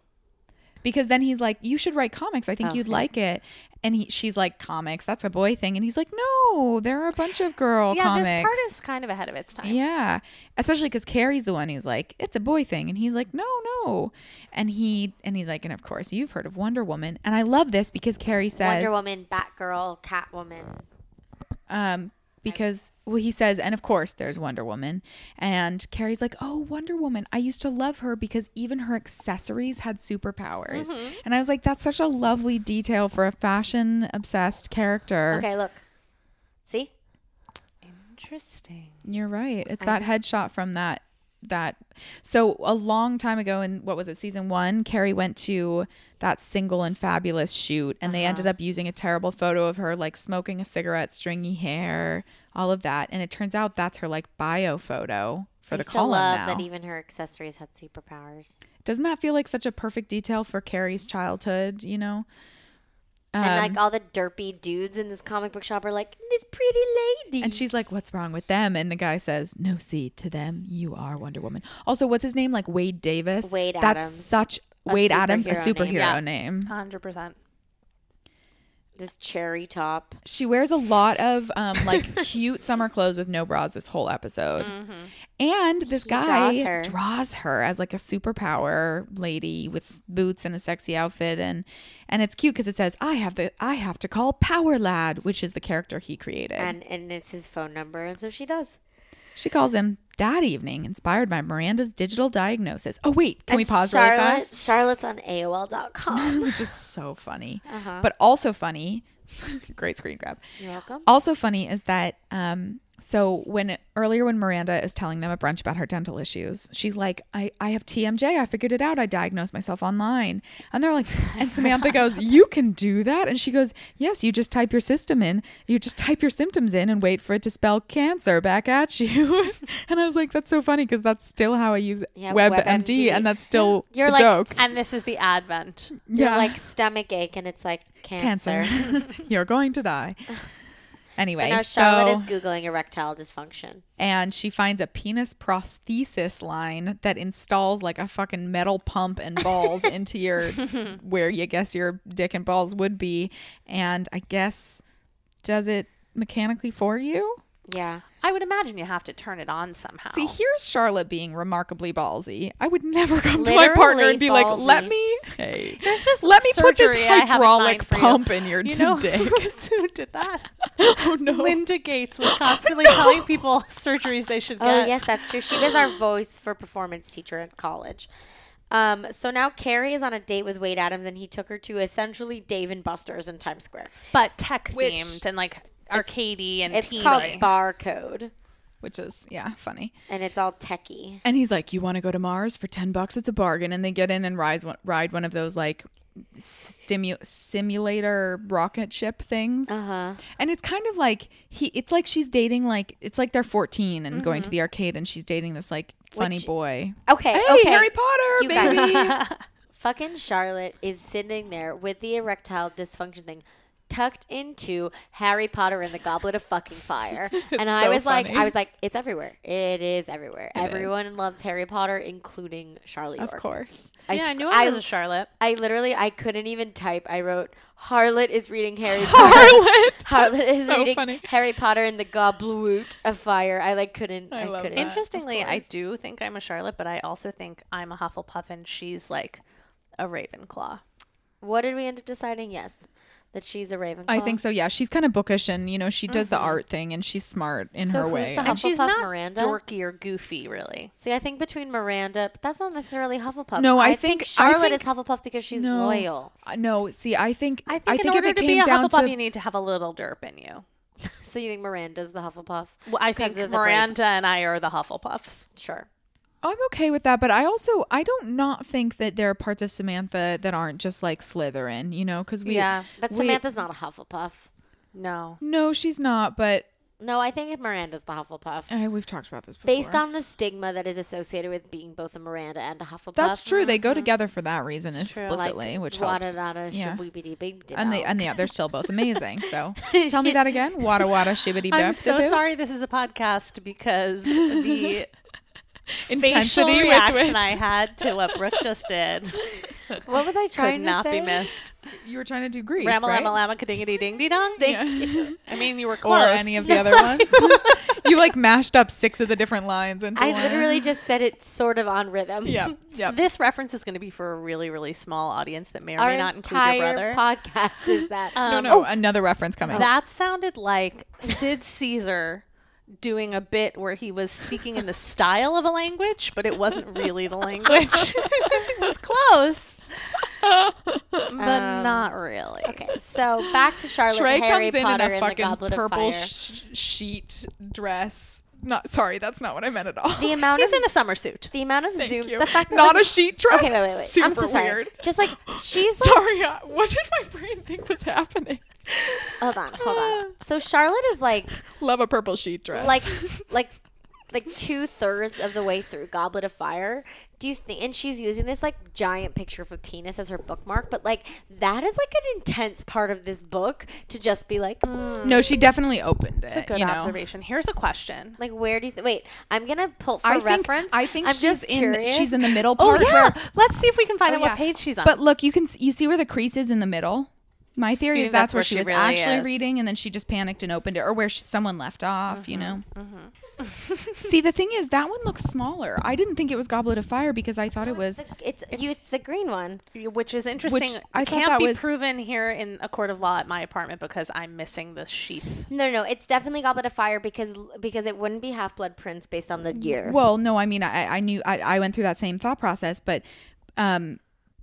S2: because then he's like you should write comics i
S1: Oh.
S2: think you'd like it and he, she's like comics that's a boy thing and he's like no there are a bunch of girl
S1: yeah,
S2: comics
S1: this part is kind of ahead of its time.
S2: yeah especially because carrie's the one who's like it's a boy thing and he's like no no and he and he's like and of course you've heard of wonder woman and i love this because carrie says
S3: Wonder Woman, Batgirl, Catwoman.
S2: um, because well, he says, and of course, there's Wonder Woman, and Carrie's like, oh, Wonder Woman, I used to love her because even her accessories had superpowers, and I was like, that's such a lovely detail for a fashion obsessed character.
S3: Okay, look, see,
S1: Interesting.
S2: You're right. It's that headshot from that that so a long time ago in what was it season 1 Carrie went to that single and fabulous shoot and
S3: Uh-huh.
S2: they ended up using a terrible photo of her like smoking a cigarette stringy hair all of that and it turns out that's her like bio photo for
S3: I
S2: the
S3: still
S2: column
S3: love
S2: now
S3: that e even her accessories had superpowers.
S2: doesn't that feel like such a perfect detail for Carrie's childhood you know
S3: and
S2: Um,
S3: like all the derpy dudes in this comic book shop are like this pretty lady.
S2: And she's like, "What's wrong with them?" And the guy says, "No, see, to them, you are Wonder Woman." Also, what's his name? Like Wade Davis.
S3: Wade
S2: That's
S3: Adams.
S2: such
S3: A
S2: Wade Adams, a
S3: superhero name.
S2: superhero
S3: Yeah.
S2: name.
S1: Hundred percent.
S3: this cherry top.
S2: She wears a lot of um, like cute summer clothes with no bras this whole episode. And this guy
S3: Mm-hmm. draws her.
S2: draws her as like a superpower lady with boots and a sexy outfit, and and it's cute because it says, "I have the I have to call Power Lad," which is the character he created.
S3: And and it's his phone number, and so she does.
S2: She calls him that evening, inspired by Miranda's digital diagnosis. Oh wait, can we
S3: And
S2: pause
S3: Charlotte,
S2: really fast?
S3: Charlotte's on AOL.com.
S2: Which is so funny, but also funny. Great screen grab.
S3: Uh-huh. You're welcome.
S2: Also funny is that um, so when earlier when Miranda is telling them at brunch about her dental issues, she's like, I, I have TMJ. I figured it out. I diagnosed myself online. And they're like, and Samantha goes, You can do that? And she goes, Yes, you just type your system in. You just type your symptoms in and wait for it to spell cancer back at you. and I was like, That's so funny because that's still how I use
S3: Yeah,
S2: WebMD,
S3: WebMD.
S2: and that's still
S3: You're
S2: the
S3: like,
S2: joke.
S1: And this is the advent.
S3: You're like stomach ache, and it's like cancer.
S2: cancer. You're going to die.
S3: so
S2: Anyway,
S3: now Charlotte is googling erectile dysfunction.
S2: and she finds a penis prosthesis line that installs like a fucking metal pump and balls into your where you guess your dick and balls would be and i guess does it mechanically for you
S3: Yeah,
S1: I would imagine you have to turn it on somehow.
S3: Oh.
S2: see here's charlotte being remarkably ballsy i would never come to my partner and be
S3: Literally
S2: like let
S3: ballsy.
S2: me hey
S1: There's this
S2: let me put this
S1: surgery I have in
S2: hydraulic
S1: mind for you.
S2: pump in your
S1: You know
S2: dick
S1: who else who did that?
S2: oh no
S1: Linda Gates was constantly telling people surgeries they should
S3: Oh
S1: get.
S3: yes, that's true. She was our voice for performance teacher at college. Um, so now Carrie is on a date with Wade Adams, and he took her to essentially Dave and Buster's in Times Square.
S1: but tech
S2: Which-
S1: themed and like arcadey and
S3: It's
S1: teeny.
S3: called Barcode,
S2: which is yeah funny
S3: and it's all techie.
S2: And he's like, "You want to go to Mars for ten bucks? It's a bargain." And they get in and rise, one- ride one of those like stimu- simulator rocket ship things. Uh
S3: Uh-huh.
S2: huh. And it's kind of like he. It's like she's dating like it's like they're fourteen and going to the arcade, and she's dating this like funny
S3: Mm-hmm. Which-
S2: boy.
S3: Okay,
S2: Hey,
S3: okay.
S2: Harry Potter,
S3: You guys-
S2: baby.
S3: Fucking Charlotte is sitting there with the erectile dysfunction thing, tucked into Harry Potter and the Goblet of Fucking Fire. and I was like, I was like, it's everywhere. It is everywhere. Everyone loves Harry Potter, including Charlie.
S2: Of
S3: York.
S2: course.
S3: I
S1: yeah, I
S3: sc-
S1: knew I was a Charlotte.
S3: I literally I couldn't even type. I wrote Harlot is reading Harry Potter. Harlot is
S2: so
S3: reading
S2: funny.
S3: Harry Potter and the Goblet of Fire. I like couldn't.
S2: I
S3: I,
S2: love
S3: couldn't.
S2: that.
S1: Interestingly, I do think I'm a Charlotte, but I also think I'm a Hufflepuff, and she's like a Ravenclaw.
S3: What did we end up deciding? Yes, that she's a Ravenclaw.
S2: I think so. Yeah, she's kind of bookish, and you know, she does the art thing, and she's smart in
S3: Mm-hmm. So
S2: her
S3: who's
S2: way.
S3: the
S2: I-
S3: Hufflepuff
S1: She's not
S3: Miranda.
S1: dorky or goofy, really.
S3: See, I think between Miranda, but that's not necessarily Hufflepuff.
S2: No, I think- I
S3: Charlotte
S2: think-
S3: is Hufflepuff because she's
S2: No.
S3: loyal.
S2: Uh, No, see, I think
S1: I think, in
S2: if
S1: order
S2: it
S1: to
S2: came
S1: be a
S2: down
S1: Hufflepuff,
S2: to
S1: you need to have a little derp in you.
S3: So you think Miranda's the Hufflepuff?
S1: Well, I
S3: 'Cause
S1: think
S3: of the brace.
S1: Miranda and I are the Hufflepuffs.
S3: Sure.
S2: I'm okay with that, but I also I don't not think that there are parts of Samantha that aren't just like Slytherin, you know, because we
S1: Yeah.
S3: But
S2: we-
S3: Samantha's not a Hufflepuff.
S1: No.
S2: No, she's not. But
S3: No, I think Miranda's the Hufflepuff.
S2: uh, we've talked about this before.
S3: Based on the stigma that is associated with being both a Miranda and a Hufflepuff.
S2: that's true, they
S1: mm-hmm.
S2: go together for that reason explicitly, which
S3: Wada
S2: helps.
S3: dada
S2: Yeah.
S3: shibbidi big
S2: And the and yeah, they're still both amazing. So tell me that again. Wada wada shibbity
S1: I'm so sorry this is a podcast because the facial
S2: Intensity with
S1: reaction
S2: which-
S1: I had to what Brooke just did
S3: What was I trying
S1: could
S3: to
S1: not
S3: say?
S1: be missed.
S2: You were trying to do Greece,
S1: Rama
S2: right?
S1: lama lama kadingity ding ding dong. I mean, you were close.
S2: or any of the other ones. you like mashed up six of the different lines into
S3: I
S2: one.
S3: literally just said it sort of on rhythm.
S2: Yep. Yep.
S1: This reference is going to be for a really, really small audience that may or
S3: Our
S1: may not include your brother. Um,
S3: entire podcast is that.
S2: no, no, another reference coming.
S1: oh. That sounded like Sid Caesar doing a bit where he was speaking in the style of a language, but it wasn't really the language. it was close, but
S2: Um,
S1: not really.
S3: Okay, so back to Charlotte,
S2: Trey
S3: and Harry
S2: comes in
S3: Potter,
S2: in a
S3: and the
S2: fucking
S3: Goblet of
S2: purple
S3: Fire.
S2: sh- sheet dress. Not sorry, that's not what I meant at all.
S3: the amount
S1: He's
S3: of
S1: in a summer suit.
S3: the amount of
S2: Thank
S3: zooms.
S2: you.
S3: The fact that
S2: not
S3: like,
S2: a sheet dress.
S3: Okay, wait, wait, wait.
S2: Super
S3: I'm so sorry.
S2: weird.
S3: Just like she's like,
S2: Sorry, uh, what did my brain think was happening?
S3: hold on, hold on. So Charlotte is like,
S2: Love a purple sheet dress.
S3: like, like, like two thirds of the way through Goblet of Fire. Do you think? And she's using this like giant picture of a penis as her bookmark, but like that is like an intense part of this book to just be like, hmm,
S2: Hmm. no, she definitely opened it.
S1: That's a good
S2: you know?
S1: observation. Here's a question.
S3: like where do you? Th- wait, I'm gonna pull for
S2: I think
S3: reference.
S2: I think
S3: I'm
S2: she's
S3: just
S2: in.
S3: curious.
S2: She's in the middle
S1: Oh
S2: part.
S1: yeah,
S2: where- Oh,
S1: let's see if we can find out
S2: yeah.
S1: what page she's on.
S2: But look, you can s- you see where the crease is in the middle. My theory
S1: You
S2: is
S1: think that's
S2: that's where
S1: where
S2: she
S1: she
S2: was
S1: really
S2: actually
S1: is?
S2: reading, and then she just panicked and opened it, or where she, someone left off. You know. see, the thing is, that one looks smaller. I didn't think it was Goblet of Fire because I thought it was.
S3: The- it's, you. It's the green one.
S1: which is interesting.
S2: I thought
S1: can't
S2: that
S1: be
S2: was-
S1: proven here in a court of law at my apartment because I'm missing the sheath.
S3: No, no, it's definitely Goblet of Fire because because it wouldn't be Half Blood Prince based on the year.
S2: Well, no, I mean, I, I knew I, I went through that same thought process, but, um,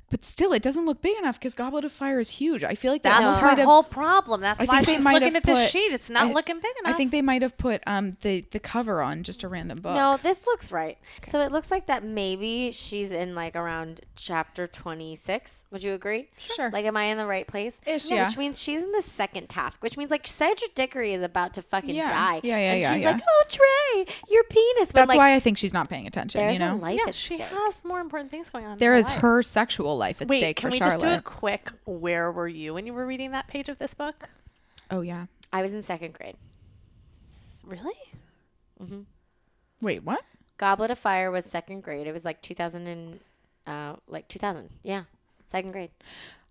S2: but still, it doesn't look big enough because Goblet of Fire is huge. I feel like they
S1: That's
S2: might
S1: her
S2: have-
S1: whole problem. That's
S2: I
S1: why
S2: think they
S1: she's
S2: might
S1: looking
S2: have
S1: at this
S2: put-
S1: sheet. It's not
S2: I-
S1: looking big enough.
S2: I think they might have put um the the cover on just a random book.
S3: No, this looks right. So it looks like that maybe she's in like around chapter 26. Would you agree?
S2: Sure.
S3: Like, am I in the right place?
S2: Ish, yeah.
S3: Which means she's in the second task, which means like Cedric Diggory is about to fucking
S2: Yeah.
S3: die.
S2: Yeah, yeah,
S3: And
S2: yeah,
S3: she's
S2: yeah.
S3: like, oh, Trey, your penis. When,
S2: That's
S3: like,
S2: why I think she's not paying attention.
S3: there's
S2: You know,
S3: a life
S1: yeah,
S3: at
S1: she
S3: stake.
S1: has more important things going on. in
S2: there is
S1: life.
S2: her sexual life at
S1: Wait,
S2: stake
S1: can
S2: for
S1: we
S2: Charlotte.
S1: just do a quick? Where were you when you were reading that page of this book?
S2: oh yeah.
S3: I was in second grade.
S1: Really?
S2: Wait, what?
S3: Goblet of Fire was second grade. It was like 2000 and uh, like 2000. Yeah, second grade.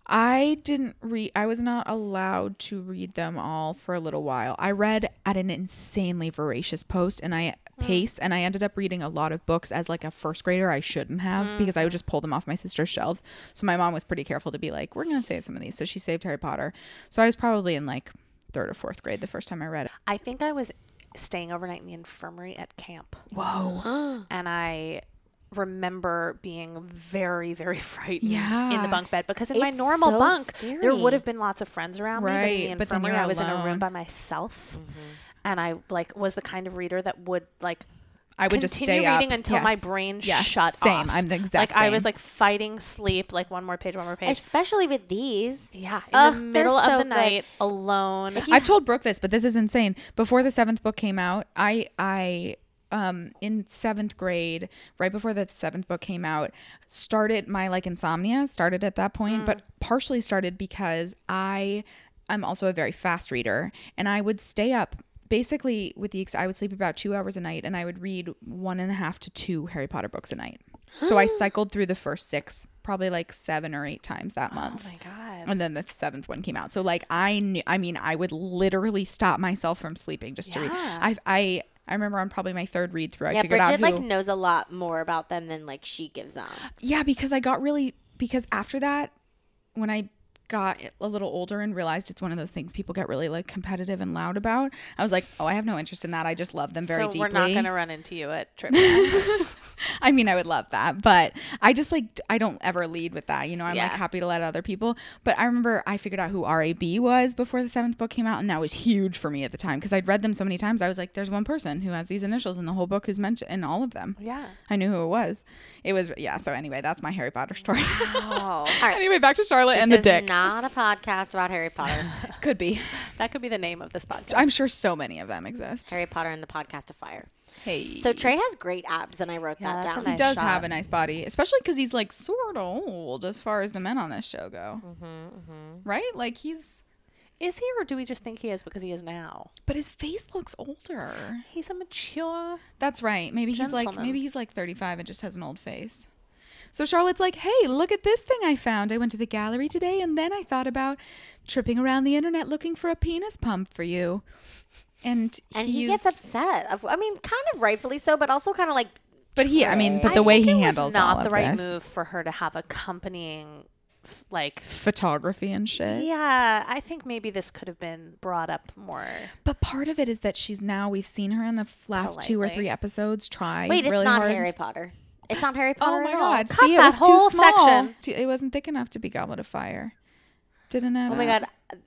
S2: I didn't read. I was not allowed to read them all for a little while. I read at an insanely voracious post, and I
S1: Mm.
S2: pace, and I ended up reading a lot of books as like a first grader. I shouldn't have
S1: Mm.
S2: because I would just pull them off my sister's shelves. So my mom was pretty careful to be like, "We're gonna save some of these." So she saved Harry Potter. So I was probably in like third or fourth grade the first time I read it.
S1: I think I was staying overnight in the infirmary at camp.
S2: Whoa!
S1: and I remember being very very frightened in
S2: Yeah.
S1: the bunk bed because in my
S3: It's
S1: normal
S3: so
S1: bunk there
S3: scary.
S1: would have been lots of friends around me but
S2: Right,
S1: in the
S2: but then
S1: infirmary
S2: you're
S1: I was in a
S2: alone.
S1: room by myself and I like was the kind of reader that would like
S2: I would just
S1: continue
S2: stay up.
S1: reading until my
S2: Yes.
S1: brain
S2: Yes.
S1: shut off
S2: Same. I'm the exact
S1: like I was
S2: same.
S1: like fighting sleep like one more page one more page
S3: Especially with these.
S1: yeah in
S3: Ugh,
S1: the
S3: they're
S1: middle of
S3: so
S1: the
S3: good.
S1: night alone
S3: you
S2: I've told Brooke this, but this is insane. Before the seventh book came out, I I um in seventh grade, right before the seventh book came out,
S1: Mm.
S2: started my like insomnia started at that point, but partially started because I I'm also a very fast reader, and I would stay up basically with the ex- I would sleep about two hours a night, and I would read one and a half to two Harry Potter books a night. So I cycled through the first six, probably like seven or eight times that month.
S1: Oh my god.
S2: and then the seventh one came out. So like I knew, I mean, I would literally stop myself from sleeping just to read. I I I remember on probably my third read through, I
S3: yeah,
S2: figured out
S3: Bridget
S2: who.
S3: like knows a lot more about them than like she gives on.
S2: yeah, because I got really because after that, when I got a little older and realized it's one of those things people get really like competitive and loud about, I was like, oh, I have no interest in that. I just love them very
S1: so
S2: deeply.
S1: we're not going to run into you at trivia.
S2: I mean, I would love that, but I just like d- I don't ever lead with that. You know, I'm like
S1: Yeah.
S2: happy to let other people. But I remember I figured out who RAB was before the seventh book came out, and that was huge for me at the time because I'd read them so many times. I was like, "There's one person who has these initials in the whole book who's mentioned in all of them."
S1: Yeah.
S2: I knew who it was. It was yeah. So anyway, that's my Harry Potter story.
S1: oh,
S2: anyway, back to Charlotte and the
S3: this
S2: dick.
S3: is not a podcast about Harry Potter.
S2: Could be.
S1: that could be the name of this podcast.
S2: I'm sure so many of them exist.
S3: Harry Potter and the podcast of fire.
S2: Hey,
S3: So Trey has great abs, and I wrote
S1: Yeah,
S3: that
S1: that's
S3: down.
S1: a nice
S2: does
S1: shot.
S2: have a nice body, especially because he's like sort of old as far as the men on this show go,
S3: Mm-hmm,
S2: right? Like he's.
S1: Is he, or do we just think he is because he is now?
S2: But his face looks older.
S1: He's a mature.
S2: That's right. Maybe he's like
S1: Gentleman.
S2: maybe he's like 35 and just has an old face. So Charlotte's like, "Hey, look at this thing I found. I went to the gallery today and then I thought about tripping around the internet looking for a penis pump for you." And,
S3: and he
S2: he's-
S3: gets upset. Of- I mean, kind of rightfully so, but also kind of like.
S2: But he, I mean, but
S3: I
S2: the way
S1: think
S2: he
S1: it
S2: handles
S1: was not
S2: all
S1: the
S2: of
S1: right
S2: this,
S1: move for her to have accompanying, f- like.
S2: photography and shit.
S1: Yeah, I think maybe this could have been brought up more.
S2: But part of it is that she's now we've seen her in the f- last two or
S1: Politely.
S2: three episodes try
S3: Wait, it's
S2: really
S3: not
S2: hard.
S3: Harry Potter. It's not Harry Potter.
S2: Oh my
S3: at all.
S2: god!
S1: Cut
S2: See, it
S1: that
S2: was
S1: whole
S2: too small.
S1: section.
S2: Too- It wasn't thick enough to be Goblet of Fire. Didn't it?
S3: Oh my god,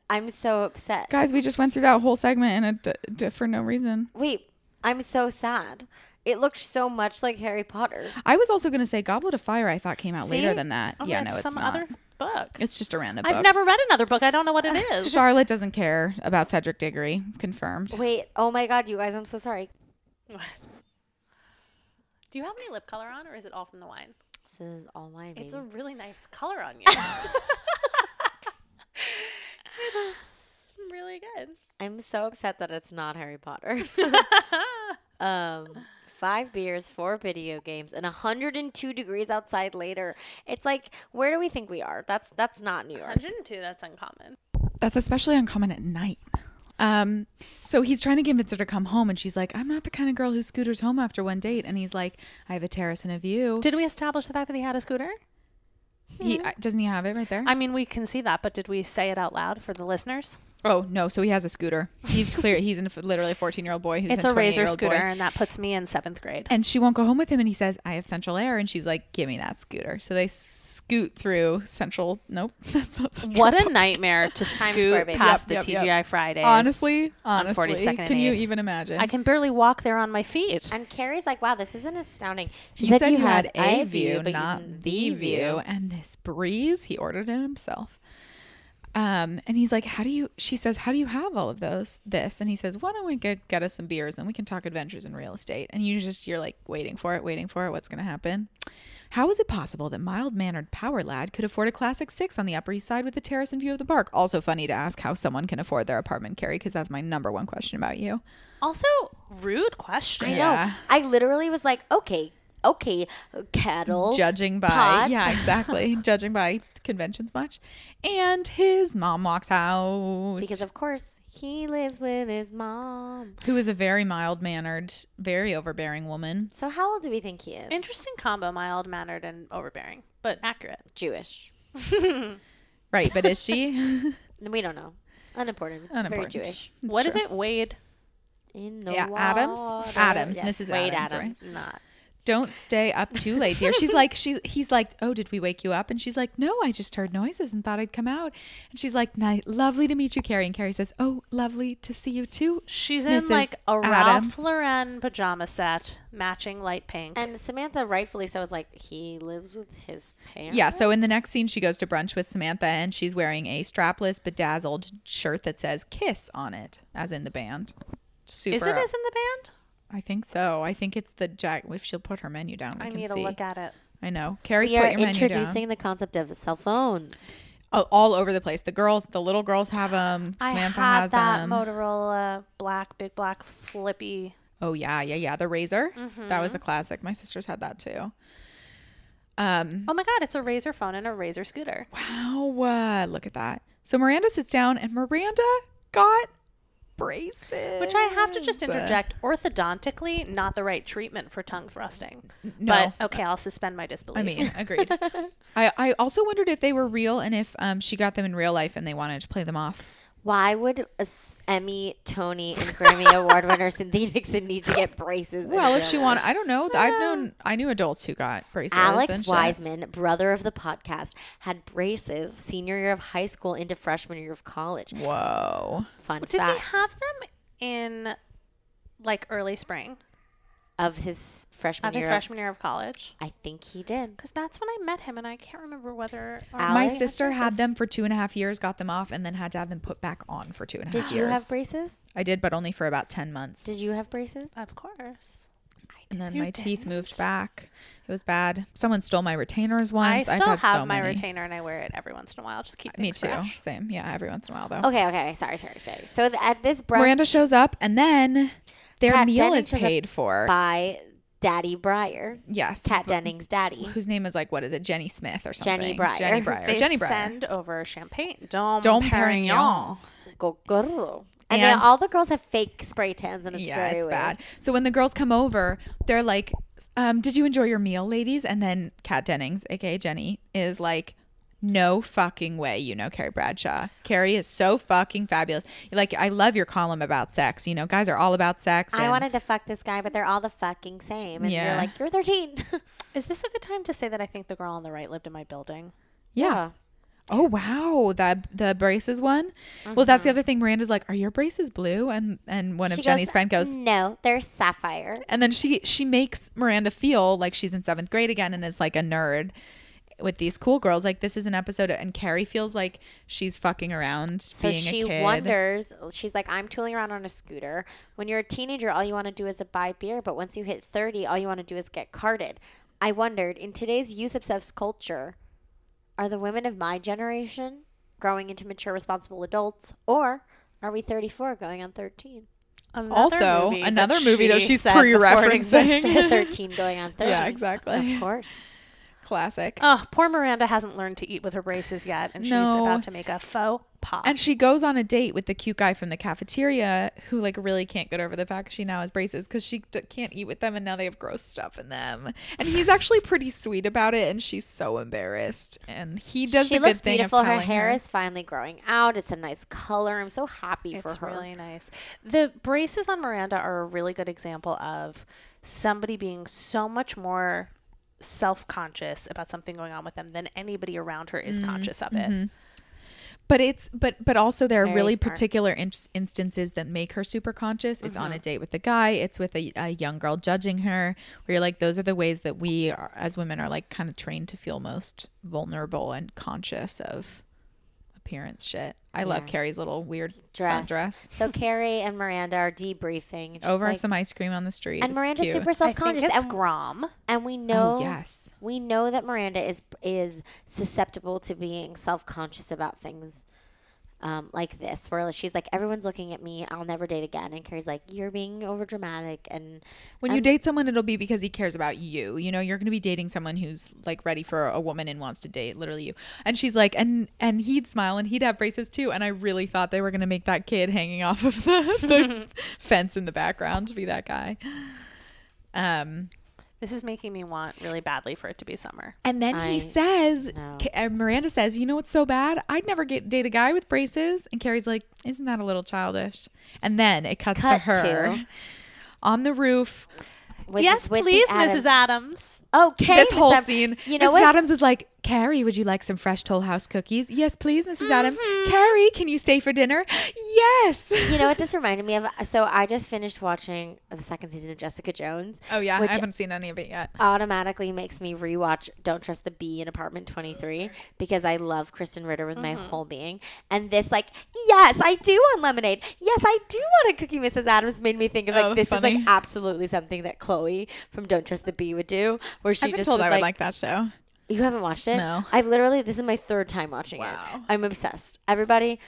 S3: I'm so upset.
S2: Guys, we just went through that whole segment and d- d- for no reason.
S3: Wait, I'm so sad. It looked so much like Harry Potter.
S2: I was also going to say Goblet of Fire. I thought came out later
S3: See?
S2: than that.
S1: Oh,
S2: yeah,
S1: that's
S2: no, it's
S1: some
S2: not.
S1: other book.
S2: It's just a random
S1: I've
S2: book.
S1: never read another book. I don't know what it is.
S2: Charlotte doesn't care about Cedric Diggory. Confirmed.
S3: Wait, oh my god, you guys, I'm so sorry.
S1: Do you have any lip color on, or is it all from the wine?
S3: This is all my.
S1: It's
S3: It's
S1: a really nice color on you. it's really good.
S3: I'm so upset that it's not Harry Potter. um, five beers, four video games, and 102 degrees outside later. It's like, where do we think we are? That's that's not New York.
S1: 102, that's uncommon.
S2: That's especially uncommon at night. Um, so he's trying to convince her to come home, and she's like, "I'm not the kind of girl who scooters home after one date." And he's like, "I have a terrace and a view."
S1: Did we establish the fact that he had a scooter?
S2: He uh, doesn't he have it right there?
S1: I mean, we can see that, but did we say it out loud for the listeners?
S2: oh no, so he has a scooter. He's clear. he's an, literally a 14 year old boy who's
S1: It's
S2: a
S1: a razor
S2: 28-year-old boy.
S1: scooter, and that puts me in seventh grade.
S2: And she won't go home with him. And he says, I have central air. And she's like, give me that scooter. So they scoot through central. Nope. That's not central.
S1: What a nightmare to
S3: Square,
S1: scoot
S3: baby.
S1: past
S2: Yep,
S1: the
S2: yep,
S1: TGI
S2: yep.
S1: Fridays.
S2: Honestly,
S1: on
S2: honestly,
S1: 42nd and
S2: can you
S1: 8th.
S2: even imagine?
S1: I can barely walk there on my feet.
S3: And Carrie's like, wow, this isn't astounding. She
S2: You
S3: said,
S2: said
S3: you
S2: you had
S3: view,
S2: a view,
S3: but you
S2: not
S3: didn't
S2: the view. And this breeze, he ordered it himself. Um, and he's like, how do you, she says, how do you have all of those, this? And he says, why don't we get, get us some beers and we can talk adventures in real estate. And you just, you're like waiting for it, waiting for it. What's going to happen? How is it possible that mild mannered power lad could afford a classic six on the Upper East Side with a terrace and view of the park? Also funny to ask how someone can afford their apartment, Carrie, because that's my number one question about you. Uh,
S1: also, rude question.
S3: I know.
S2: Yeah.
S3: I literally was like, okay, okay, kettle.
S2: judging by
S3: pot.
S2: yeah exactly judging by conventions much and his mom walks out
S3: Because of course he lives with his mom.
S2: who is a very mild mannered very overbearing woman
S3: So how old do we think he is?
S1: Interesting combo, mild mannered and overbearing, but accurate.
S3: Jewish.
S2: right but is she
S3: We don't know. Unimportant. It's very
S2: Unimportant.
S3: Jewish.
S2: It's
S1: What is
S2: true.
S1: it, Wade?
S3: In the
S2: yeah
S3: water.
S2: adams adams
S3: Yes,
S2: mrs
S3: Wade
S2: adams, right?
S1: Not.
S2: don't stay up too late dear she's like she he's like oh did we wake you up and she's like no i just heard noises and thought i'd come out and she's like nice lovely to meet you carrie and carrie says oh lovely to see you too
S1: She's in
S2: Mrs.
S1: like a
S2: Adams.
S1: Ralph Lauren pajama set, matching light pink.
S3: And Samantha rightfully so is like, he lives with his parents.
S2: Yeah, so in the next scene, she goes to brunch with Samantha and she's wearing a strapless, bedazzled shirt that says Kiss on it, as in the band. Super.
S1: Is it as in the band?
S2: I think so. I think it's the Jack. If she'll put her menu down, we
S1: I
S2: can
S1: need
S2: see.
S1: to look at it.
S2: I know. Carrie,
S3: We
S2: put
S3: are
S2: your menu down.
S3: introducing the concept of cell phones.
S2: Oh, all over the place. The girls, the little girls have them. Samantha
S1: I had
S2: has
S1: that
S2: them.
S1: Motorola black, big black, flippy.
S2: oh yeah, yeah, yeah. The razor.
S1: Mm-hmm.
S2: That was the classic. My sisters had that too. Um.
S1: Oh my God, it's a Razor phone and a Razor scooter.
S2: Wow. Uh, look at that. So Miranda sits down, and Miranda got braces.
S1: Which I have to just interject orthodontically, not the right treatment for tongue thrusting.
S2: No.
S1: But okay, I'll suspend my disbelief.
S2: I mean, agreed. I, I also wondered if they were real and if um, she got them in real life and they wanted to play them off.
S3: Why would a s- Emmy, Tony, and Grammy Award winner Cynthia Nixon need to get braces? in
S2: Well, if
S3: real
S2: she
S3: life?
S2: wanted, I don't know. I've known, I knew adults who got braces. and
S3: Alex
S2: shit.
S3: Wiseman, brother of the podcast, had braces senior year of high school into freshman year of college.
S2: Whoa.
S3: Fun
S1: Did
S3: fact
S1: we have them in like early spring
S3: of his freshman
S1: of his
S3: year.
S1: freshman year of college?
S3: I think he did.
S1: Because that's when I met him, and I can't remember whether or
S3: My
S1: not
S2: My
S1: we had
S2: sister had
S1: braces.
S2: them for two and a half years, got them off, and then had to have them put back on for two and a half
S3: Did you
S2: years.
S3: have braces?
S2: I did, but only for about 10 months.
S3: Did you have braces?
S1: Of course.
S2: and then my teeth moved back. It was bad. Someone stole my retainers once.
S1: I still
S2: have had
S1: have
S2: so
S1: my
S2: many.
S1: retainer, and I wear it every once in a while. Just keep
S2: Me
S1: things
S2: too.
S1: fresh.
S2: Same. Yeah, every once in a while, though.
S3: Okay, okay. Sorry, sorry, sorry. So th- at this brunch
S2: Miranda shows up, and then their
S3: Kat
S2: meal
S3: Dennings
S2: is
S3: shows up
S2: paid for.
S3: by Daddy Breyer,
S2: yes.
S3: Kat
S2: b-
S3: Denning's daddy.
S2: Whose name is like, what is it? Jenny Smith or something.
S3: Jenny Breyer.
S2: Jenny Breyer.
S1: They
S2: Jenny Breyer.
S1: send over champagne, Dom,
S2: Dom
S1: Perignon.
S2: Perignon.
S3: Go girl. And, then
S2: And-
S3: all the girls have fake spray tans, and it's
S2: yeah,
S3: very
S2: it's
S3: weird.
S2: bad. So when the girls come over, they're like, um, "Did you enjoy your meal, ladies?" And then Kat Dennings, aka Jenny, is like, "No fucking way, you know Carrie Bradshaw. Carrie is so fucking fabulous. Like, I love your column about sex. You know, guys are all about sex.
S3: I
S2: and-
S3: wanted to fuck this guy, but they're all the fucking same. And
S2: Yeah.
S3: you're like, you're 13.
S1: Is this a good time to say that I think the girl on the right lived in my building?
S2: yeah. Oh wow, that the braces one. Well, that's the other thing. Miranda's like, "Are your braces blue?" And and one of
S3: Mm-hmm. She
S2: Jenny's friend goes,
S3: No, they're sapphire.
S2: And then she she makes Miranda feel like she's in seventh grade again and is like a nerd with these cool girls. Like this is an episode, and Carrie feels like she's fucking around
S3: So
S2: being
S3: she
S2: a kid.
S3: wonders, she's like, I'm tooling around on a scooter. When you're a teenager, all you want to do is buy beer, but once you hit 30, all you want to do is get carded. I wondered, in today's youth obsessed culture, are the women of my generation growing into mature, responsible adults, or are we 34 going on 13?
S1: Another
S2: Also,
S1: that
S2: another movie that
S1: she
S2: she's
S1: said before it
S2: pre-referencing.
S1: existed.
S3: 13 going on 30.
S2: Yeah, exactly.
S3: Of course.
S2: Classic.
S1: Oh, poor Miranda hasn't learned to eat with her braces yet, and she's
S2: No.
S1: about to make a faux pas.
S2: and she goes on a date with the cute guy from the cafeteria who like really can't get over the fact she now has braces because she d- can't eat with them and now they have gross stuff in them. And he's actually pretty sweet about it, and she's so embarrassed. And he does
S3: she
S2: the good
S3: looks
S2: thing
S3: beautiful.
S2: of
S3: Her
S2: telling
S3: hair is finally growing out. It's a nice color. I'm so happy for
S1: it's
S3: her.
S1: really nice. The braces on Miranda are a really good example of somebody being so much more self-conscious about something going on with them than anybody around her
S2: Mm,
S1: is conscious of it.
S2: mm-hmm. But it's but but also there are
S3: Very
S2: really
S3: smart.
S2: particular in- instances that make her super conscious. It's
S3: Mm-hmm.
S2: on a date with the guy. It's with a, a young girl judging her. Where you're like, those are the ways that we are, as women are like kind of trained to feel most vulnerable and conscious of appearance shit. I love Carrie's little weird
S3: dress.
S2: sundress
S3: So Carrie and Miranda are debriefing She's
S2: over
S3: like-
S2: some ice cream on the street.
S3: and
S2: It's
S3: Miranda's
S2: cute.
S3: super
S1: I
S3: self
S1: think
S3: conscious,
S1: it's
S3: and,
S1: Grom.
S3: and we know
S2: oh, yes.
S3: we know that Miranda is is susceptible to being self conscious about things. Um, like this, where she's like, everyone's looking at me. I'll never date again. And Carrie's like, you're being over dramatic. And
S2: When you date someone, it'll be because he cares about you. You know, you're going to be dating someone who's like ready for a woman and wants to date literally you. And she's like, and and he'd smile and he'd have braces too. And I really thought they were going to make that kid hanging off of the, the fence in the background to be that guy. Um,
S1: This is making me want really badly for it to be summer.
S2: and then
S3: I
S2: he says,
S3: know.
S2: Ca- uh, Miranda says, you know what's so bad? I'd never get date a guy with braces. And Carrie's like, isn't that a little childish? And then it cuts to
S3: Cut
S2: her
S3: to-
S2: on the roof
S3: with,
S1: yes,
S3: with the
S1: please,
S3: Adam-
S1: Mrs. Adams.
S3: Okay,
S2: this whole
S3: Mrs. Adam-
S2: scene.
S3: You know
S2: Mrs.
S3: what?
S2: Adams is like, Carrie, would you like some fresh Toll House cookies? Yes, please, missus Adams.
S3: Mm-hmm.
S2: Carrie, can you stay for dinner? Yes.
S3: you know what this reminded me of? So I just finished watching the second season of Jessica Jones.
S2: Oh yeah,
S3: which
S2: I haven't seen any of it yet.
S3: automatically makes me rewatch Don't Trust the Bee in Apartment 23 because I love Kristen Ritter with
S2: Mm-hmm.
S3: my whole being. And this, like, yes, I do want lemonade. Yes, I do want a cookie, Mrs. Adams made me think of like
S2: Oh,
S3: this is
S2: funny.
S3: like absolutely something that Chloe from Don't Trust the Bee would do, where she
S2: I've been
S3: just
S2: told
S3: would,
S2: I would like,
S3: like
S2: that show.
S3: You haven't watched it?
S2: No.
S3: I've literally this is my third time watching it.
S2: Wow.
S3: I'm obsessed. Everybody,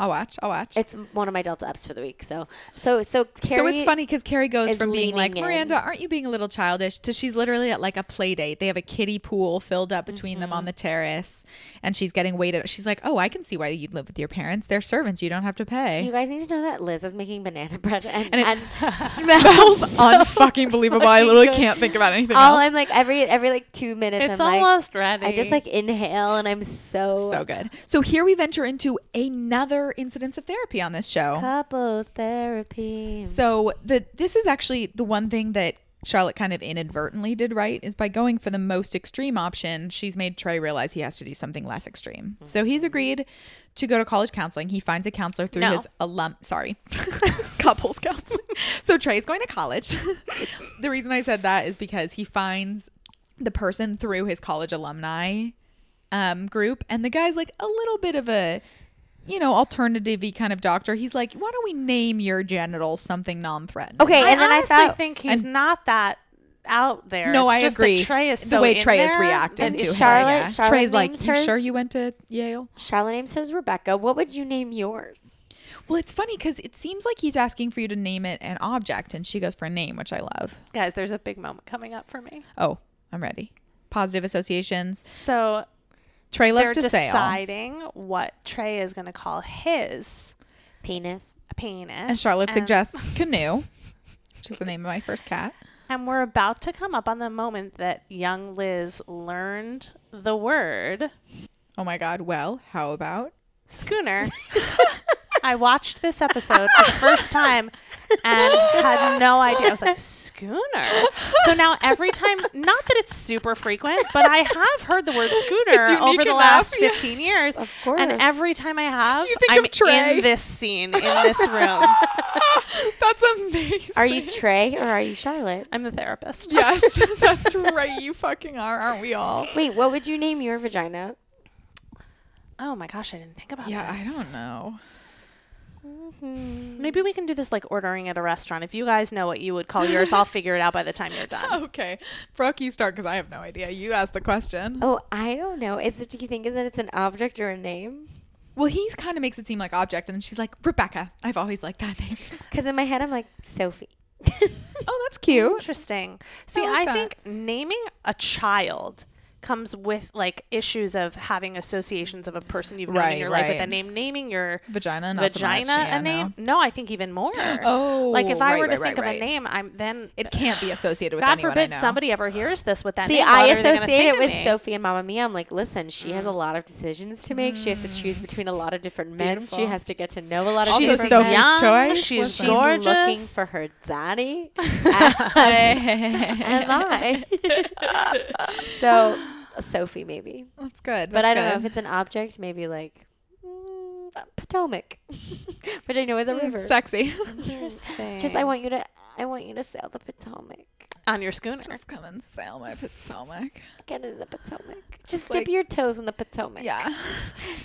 S2: I'll watch. I'll watch.
S3: it's one of my Delta ups for the week. So so so Carrie
S2: so it's funny because Carrie goes
S3: is
S2: from being like,
S3: leaning in.
S2: Miranda, aren't you being a little childish? to she's literally at like a play date. They have a kiddie pool filled up between them
S3: Mm-hmm.
S2: on the terrace, and she's getting waited. She's like, oh, I can see why you live with your parents. They're servants. You don't have to pay.
S3: You guys need to know that Liz is making banana bread and,
S2: and it
S3: and
S2: smells Oh, unfucking believable. I literally can't think about anything
S3: all
S2: else.
S3: I'm like every every like two minutes
S1: It's
S3: I'm like
S1: almost ready.
S3: I just like inhale and I'm so,
S2: so good. So here we venture into another incidence of therapy on this show.
S3: couples therapy.
S2: So the this is actually the one thing that Charlotte kind of inadvertently did right is by going for the most extreme option, she's made Trey realize he has to do something less extreme. So he's agreed to go to college counseling. He finds a counselor through
S1: No.
S2: his alum sorry. couples counseling. So Trey's going to college. the reason I said that is because he finds the person through his college alumni um, group, and the guy's like a little bit of a, you know, alternative kind of doctor. He's like, why don't we name your genitals something non-threatening?
S3: Okay,
S1: I
S3: and then I
S1: honestly
S3: thought
S1: think he's not that out there.
S2: No,
S1: It's
S2: I
S1: just that
S2: agree.
S1: Trey is
S2: the
S1: so
S2: way
S1: in
S2: Trey is
S1: there
S2: reacting
S1: and
S2: to her,
S3: Charlotte-
S2: yeah.
S3: Charlotte
S2: Trey's like,
S3: names
S2: you sure
S3: hers-
S2: you went to Yale?
S3: Charlotte name says Rebecca. What would you name yours?
S2: Well, it's funny because it seems like he's asking for you to name it an object, and she goes for a name, which I love.
S1: Guys, there's a big moment coming up for me.
S2: Oh, I'm ready. Positive associations.
S1: So
S2: Trey loves
S1: they're
S2: to sail.
S1: deciding what Trey is going to call his
S3: Penis.
S1: penis.
S2: And Charlotte suggests canoe, which is the name of my first cat.
S1: And we're about to come up on the moment that young Liz learned the word
S2: Oh my God. Well, how about?
S1: schooner. I watched this episode for the first time and had no idea. I was like, schooner. So now every time, not that it's super frequent, but I have heard the word schooner
S2: unique
S1: over the
S2: enough,
S1: last
S2: yeah.
S1: 15 years.
S3: Of course.
S1: And every time I have,
S2: You think of
S1: I'm
S2: Trey.
S1: in this scene, in this room.
S2: That's amazing.
S3: Are you Trey or are you Charlotte?
S1: I'm the therapist.
S2: Yes, that's right. You fucking are, aren't we all?
S3: Wait, what would you name your vagina?
S1: Oh my gosh, I didn't think about
S2: Yeah, I
S1: this.
S2: don't know.
S1: Maybe we can do this like ordering at a restaurant. If you guys know what you would call yours, I'll figure it out by the time you're done.
S2: Okay, Brooke, you start because I have no idea. You asked the question.
S3: Oh, I don't know. Is it? Do you think that it's an object or a name?
S2: Well, he kind of makes it seem like object, and then she's like Rebecca. I've always liked that name.
S3: Because in my head, I'm like Sophie.
S2: oh, that's cute.
S1: Interesting. See, I,
S2: like that.
S1: think naming a child comes with like issues of having associations of a person you've known
S2: Right,
S1: in your life with
S2: right.
S1: a name. Naming your
S2: Vagina, not so much.
S1: vagina
S2: Yeah,
S1: a
S2: no.
S1: name. No. I think even more.
S2: Oh,
S1: like if I
S2: right,
S1: were to
S2: right,
S1: think
S2: right,
S1: of
S2: right.
S1: a name, I'm then.
S2: It can't be associated with.
S1: God
S2: anyone I
S1: forbid
S2: know.
S1: somebody ever hears this with that
S3: See,
S1: name.
S3: I
S1: What are they gonna
S3: associate
S1: think
S3: it
S1: of
S3: with
S1: me?
S3: Sophie and Mamma Mia. I'm like, listen, she has a lot of decisions to make. She has to choose between a lot of different men. She has to get to know a lot of
S2: Also,
S3: different
S2: Sophie's
S3: men.
S1: young,
S2: choice.
S1: She's,
S3: She's
S1: gorgeous.
S3: looking for her daddy. Am I? so, Sophie maybe,
S2: That's good.
S3: but
S2: that's
S3: I don't know if
S2: good.
S3: it's an object. Maybe like mm, Potomac, which I know is a river.
S2: Mm, sexy.
S1: Interesting.
S3: Just I want you to, I want you to sail the Potomac.
S1: on your schooner.
S2: Just come and sail my Potomac.
S3: Get into the Potomac. Just
S2: like-
S3: dip your toes in the Potomac.
S2: Yeah.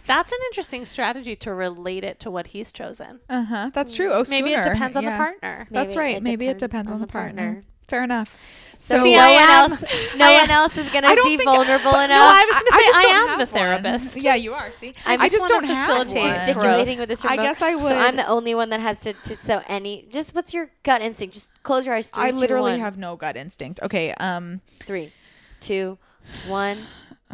S1: That's an interesting strategy to relate it to what he's chosen.
S2: Uh huh. That's true. Oh,
S1: Maybe it
S2: schooner.
S1: depends on the
S2: Yeah.
S1: partner.
S2: That's
S3: Maybe
S2: right.
S3: it
S2: Maybe it
S3: depends
S2: depends on, the partner. Fair enough.
S3: So
S2: So
S3: no
S1: I am-
S3: one else, no one else is gonna
S2: I don't
S3: be
S2: think-
S3: vulnerable enough.
S1: No, I was going to say I,
S2: don't
S1: am
S2: have
S1: the
S2: one.
S1: therapist.
S2: Yeah, you are. See,
S3: I'm
S2: I
S3: just
S2: just
S1: wanna
S2: don't have
S1: facilitate
S2: one.
S1: growth.
S3: gesticulating with this
S2: I
S3: remote.
S2: guess I would.
S3: So I'm the only one that has to, to so any. Just what's your gut instinct? Just close your eyes. Three,
S2: I
S3: two,
S2: literally
S3: one.
S2: have no gut instinct. Okay. Um.
S3: three, two, one.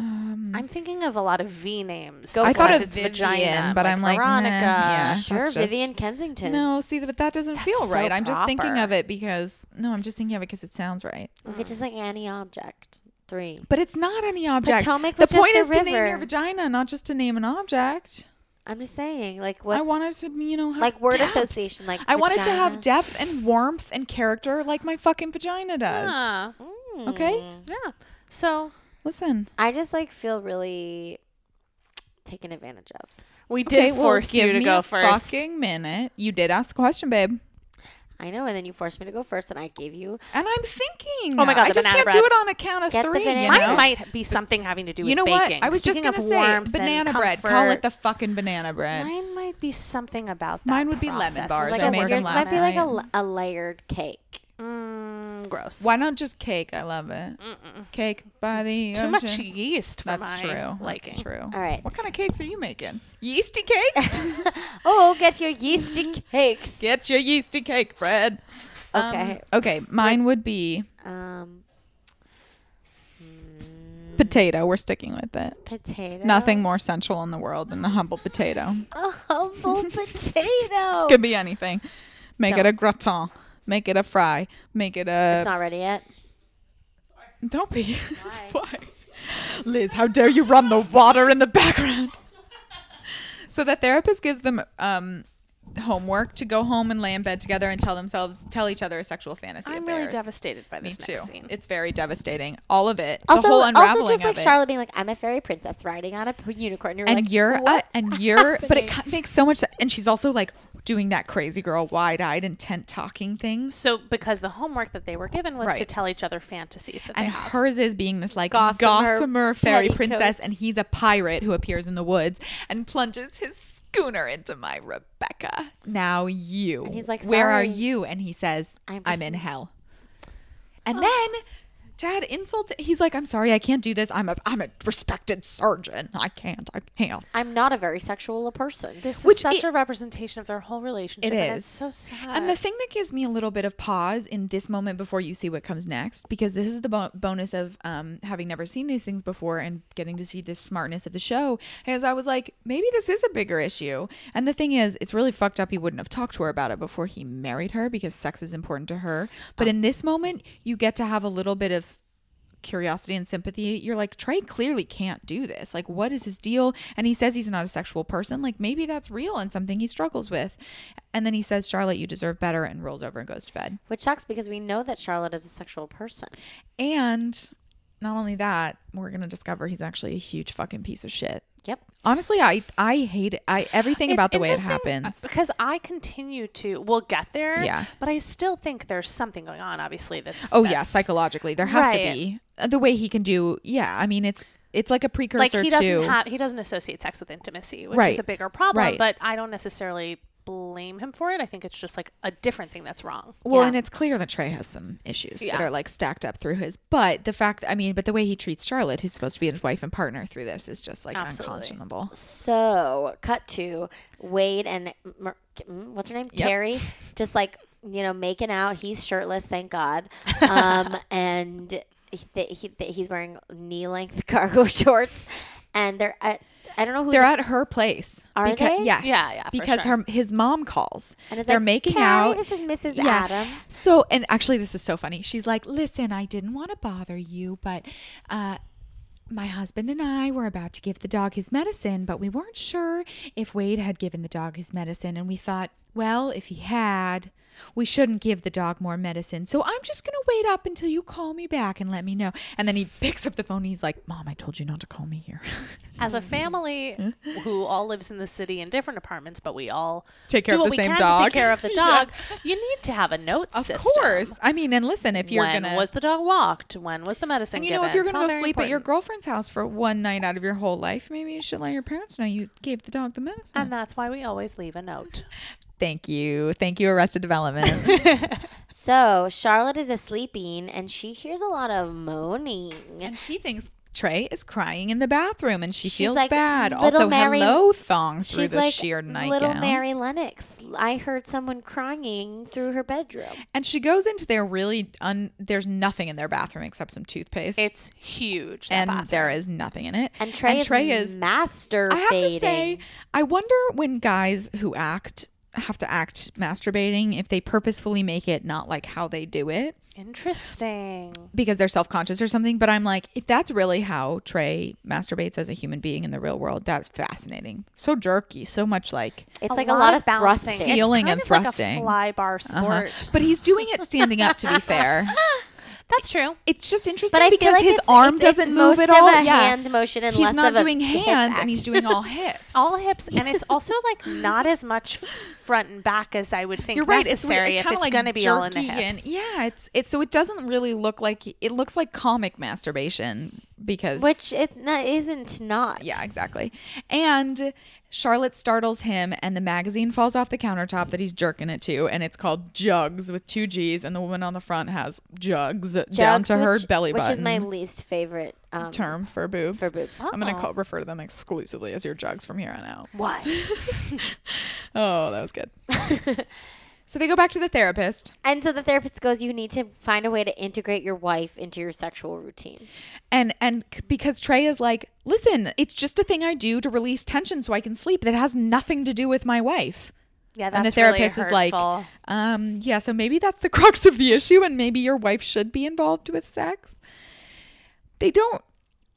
S2: Mm-hmm.
S1: I'm thinking of a lot of V names.
S3: Go
S2: I
S3: for
S2: thought
S3: it.
S2: of
S1: it's
S2: Vivian,
S1: vagina,
S2: but I'm like
S1: Veronica.
S2: Nah, yeah,
S3: Sure,
S2: that's just-
S3: Vivian Kensington.
S2: No, see, but that doesn't feel
S1: so
S2: right. I'm just thinking of
S1: proper.
S2: it because no, I'm just thinking of it because it sounds right.
S3: okay, just like any object. Three.
S2: But it's not any object.
S3: Potomac
S2: the
S3: was just
S2: point
S3: a
S2: is to name your
S3: river.
S2: vagina, not just to name an object.
S3: I'm just saying, like what's
S2: I wanted to, you know, have
S3: like word
S2: depth.
S3: association, like
S2: I wanted to have
S3: vagina.
S2: depth and warmth and character like my fucking vagina does.
S1: Yeah.
S2: Okay,
S1: yeah. So
S2: listen.
S3: I just like feel really taken advantage of.
S1: we did
S2: Okay, well,
S1: force
S2: give
S1: you to
S2: me
S1: go
S2: a
S1: first.
S2: Fucking minute. You did ask the question, babe.
S3: I know, and then you forced me to go first, and I gave you.
S2: And I'm thinking.
S1: Oh my God,
S2: I
S1: the
S2: just
S1: banana
S2: can't do
S1: bread.
S2: it on account of
S3: Get the
S2: three. you
S3: banana
S2: know?
S3: bread.
S1: Mine might be something having to do with
S2: You know
S1: baking.
S2: what? I was
S1: Speaking
S2: just gonna
S1: of
S2: say
S1: warmth and
S2: banana bread. Call
S1: comfort,
S2: it the fucking banana bread.
S1: Mine might be something about that.
S2: Mine would be lemon
S1: process.
S2: bars.
S1: Like
S3: Like
S2: So
S3: a,
S2: I made
S3: yours
S2: them
S3: might
S2: last
S3: be like a,
S2: night.
S3: la- a layered cake.
S1: mm, Mm, gross.
S2: Why not just cake? I love it. Cake by the
S1: Too
S2: ocean.
S1: much yeast for
S2: That's
S1: my
S2: true.
S1: liking.
S2: That's true.
S3: All right.
S2: What kind of cakes are you making? Yeasty cakes?
S3: Oh, get your yeasty cakes.
S2: Get your yeasty cake, Fred. Um,
S3: Okay.
S2: okay. Mine would be
S3: Um,
S1: Mm.
S2: potato. We're sticking with it.
S3: potato.
S2: Nothing more sensual in the world
S1: Mm.
S2: than the humble potato.
S3: A humble potato.
S2: Could be anything. Make it
S3: Don't.
S2: a gratin. Make it a fry. Make it
S3: It's
S2: a.
S3: not ready yet.
S2: Don't be. Why? Liz, how dare you run the water in the background? so the therapist gives them um, homework to go home and lay in bed together and tell themselves, tell each other a sexual fantasy.
S1: I'm
S2: of
S1: really
S2: theirs.
S1: devastated by
S2: Me
S1: this
S2: too.
S1: next scene.
S2: It's very devastating. All of it. the
S3: Also,
S2: whole unraveling
S3: also just like
S2: of it.
S3: Charlotte being like, I'm a fairy princess riding on a p- unicorn. You're
S2: and
S3: like,
S2: you're uh,
S3: "What's
S2: and you're but it
S3: happening?"
S2: co- makes so much sense and she's also like doing that crazy girl wide-eyed intent talking thing
S1: So, because the homework that they were given was to
S2: Right.
S1: tell each other fantasies that
S2: and
S1: they have.
S2: hers is being this like
S3: Gossamer
S2: gossamer, fairy princess
S3: petticoats.
S2: and he's a pirate who appears in the woods and plunges his schooner into my rebecca now you and
S3: he's like,
S2: where are
S3: "Sorry."
S2: you and he says
S3: I'm
S2: i'm,
S3: just-
S2: in hell and then Dad insults. He's like, "I'm sorry, I can't do this. I'm a, I'm a respected surgeon. I can't. I can't."
S3: I'm not a very sexual person. This
S1: This
S2: which
S1: is such
S2: it-
S1: a representation of their whole relationship.
S2: It
S1: and it's
S2: is.
S1: so sad.
S2: And the thing that gives me a little bit of pause in this moment before you see what comes next, because this is the bo- bonus of um, having never seen these things before and getting to see the smartness of the show, is I was like, maybe this is a bigger issue. And the thing is, it's really fucked up. He wouldn't have talked to her about it before he married her because sex is important to her. But in this moment, you get to have a little bit of curiosity and sympathy you're like trey clearly can't do this like what is his deal and he says he's not a sexual person like maybe that's real and something he struggles with and then he says charlotte you deserve better and rolls over and goes to bed
S3: Which sucks because we know that Charlotte is a sexual person.
S2: and not only that we're gonna discover he's actually a huge fucking piece of shit
S3: Yep.
S2: honestly i i hate it. i everything
S1: It's
S2: about the way it
S1: interesting,
S2: happens
S1: uh, Because I continue to, we'll get there.
S2: Yeah.
S1: But I still think there's something going on, obviously. That's,
S2: oh yeah
S1: that's-
S2: psychologically there
S1: Right.
S2: has to be Uh, the way he can do yeah i mean it's it's like a
S1: Like
S2: precursor
S1: he doesn't
S2: to
S1: have, he doesn't associate sex with intimacy, which is
S2: Right.
S1: a bigger problem.
S2: Right.
S1: But I don't necessarily blame him for it. I think it's just like a different thing that's wrong.
S2: Well,
S3: Yeah.
S2: and it's clear that Trey has some issues that
S1: Yeah.
S2: are like stacked up through his. But the fact, I mean, but the way he treats Charlotte, who's supposed to be his wife and partner through this, is just like
S1: Absolutely.
S2: unconscionable.
S3: So, cut to Wade and Mer- mm, what's her name?
S2: Yep.
S3: Carrie. Just like, you know, making out. He's shirtless, thank God. Um, and he, th- he, th- he's wearing knee length cargo shorts. And they're at, I don't know who's
S2: They're at her place.
S3: Are
S2: Because-
S3: they?
S2: Yes.
S1: Yeah, yeah, for
S2: Because
S1: sure.
S2: her his mom calls.
S3: and it's
S2: They're
S3: like,
S2: making
S3: Carrie,
S2: out.
S3: This is Mrs.
S2: Yeah.
S3: Adams.
S2: So, and actually, this is so funny. She's like, "Listen, I didn't want to bother you, but uh, my husband and I were about to give the dog his medicine, but we weren't sure if Wade had given the dog his medicine, and we thought, well, if he had, we shouldn't give the dog more medicine. So I'm just gonna wait up until you call me back and let me know." And then he picks up the phone. And he's like, "Mom, I told you not to call me here.
S1: As
S2: Mm-hmm.
S1: a family who all lives in the city in different apartments, but we all
S2: Take care
S1: do what
S2: of the
S1: we
S2: same
S1: can to
S2: dog.
S1: take care of the dog, you need to have a note
S2: of
S1: system.
S2: course. I mean, and listen, if you're
S1: when
S2: gonna
S1: was the dog walked? When was the medicine
S2: And you
S1: given?
S2: know, if you're
S1: It's
S2: going
S1: all
S2: to go
S1: very
S2: sleep at your
S1: important.
S2: girlfriend's house for one night out of your whole life, maybe you should let your parents know you gave the dog the medicine.
S1: And that's why we always leave a note.
S2: Thank you. Thank you, Arrested Development.
S3: So, Charlotte is sleeping and she hears a lot of moaning.
S2: and she thinks Trey is crying in the bathroom and she
S3: She's
S2: feels
S3: like,
S2: bad.
S3: "Little
S2: Also,
S3: Mary-
S2: hello thong through
S3: She's
S2: the
S3: like
S2: sheer nightgown.
S3: little Mary Lennox. I heard someone crying through her bedroom.
S2: And she goes into their really, un- there's nothing in their bathroom except some toothpaste.
S1: It's huge. that
S2: and
S1: bathroom.
S2: there is nothing in it.
S3: And Trey,
S2: and Trey is
S3: masturbating.
S2: I have to say, I wonder when guys who act have to act masturbating if they purposefully make it not like how they do it
S1: Interesting.
S2: because they're self conscious or something. But I'm like, if that's really how Trey masturbates as a human being in the real world, that's fascinating. So jerky, so much like.
S3: it's like a lot of
S1: bouncing.
S3: thrusting.
S1: It's
S2: Feeling
S1: kind
S2: and
S1: of like a
S2: thrusting.
S1: fly bar sport.
S2: Uh-huh. But he's doing it standing up. To be fair,
S1: That's true.
S2: it's just interesting
S3: But I
S2: because
S3: feel like
S2: his
S3: it's-
S2: arm
S3: it's- it's
S2: doesn't
S3: most
S2: move at
S3: of
S2: all.
S3: a
S2: yeah.
S3: hand motion and
S2: he's
S3: less
S2: not
S3: of a
S2: doing
S3: hip
S2: hands,
S3: act.
S2: and he's doing all hips.
S1: All hips, and it's also like not as much front and back as I would think
S2: You're right. It's weird.
S1: necessary if
S2: kinda
S1: it's
S2: like
S1: going to be all in the
S2: jerky and-
S1: hips.
S2: yeah, it's it's so it doesn't really look like it looks like comic masturbation because
S3: which it not, isn't not.
S2: yeah, exactly. And Charlotte startles him, and the magazine falls off the countertop that he's jerking it to, and it's called Jugs with two G's, and the woman on the front has Jugs, down
S3: Jugs,
S2: to her
S3: which-
S2: belly button.
S3: Which is my least favorite um,
S2: term for boobs.
S3: for boobs.
S2: I'm
S1: Oh.
S2: gonna call, refer to them exclusively as your jugs from here on out.
S3: Why?
S2: Oh, that was good. so they go back to the therapist,
S3: And so the therapist goes, You need to find a way to integrate your wife into your sexual routine.
S2: and and c- because Trey is like, listen, it's just a thing I do to release tension so I can sleep. That has nothing to do with my wife.
S1: Yeah, that's
S2: and the therapist
S1: really
S2: is like,
S1: hurtful.
S2: um, yeah, so maybe that's the crux of the issue, and maybe your wife should be involved with sex. They don't,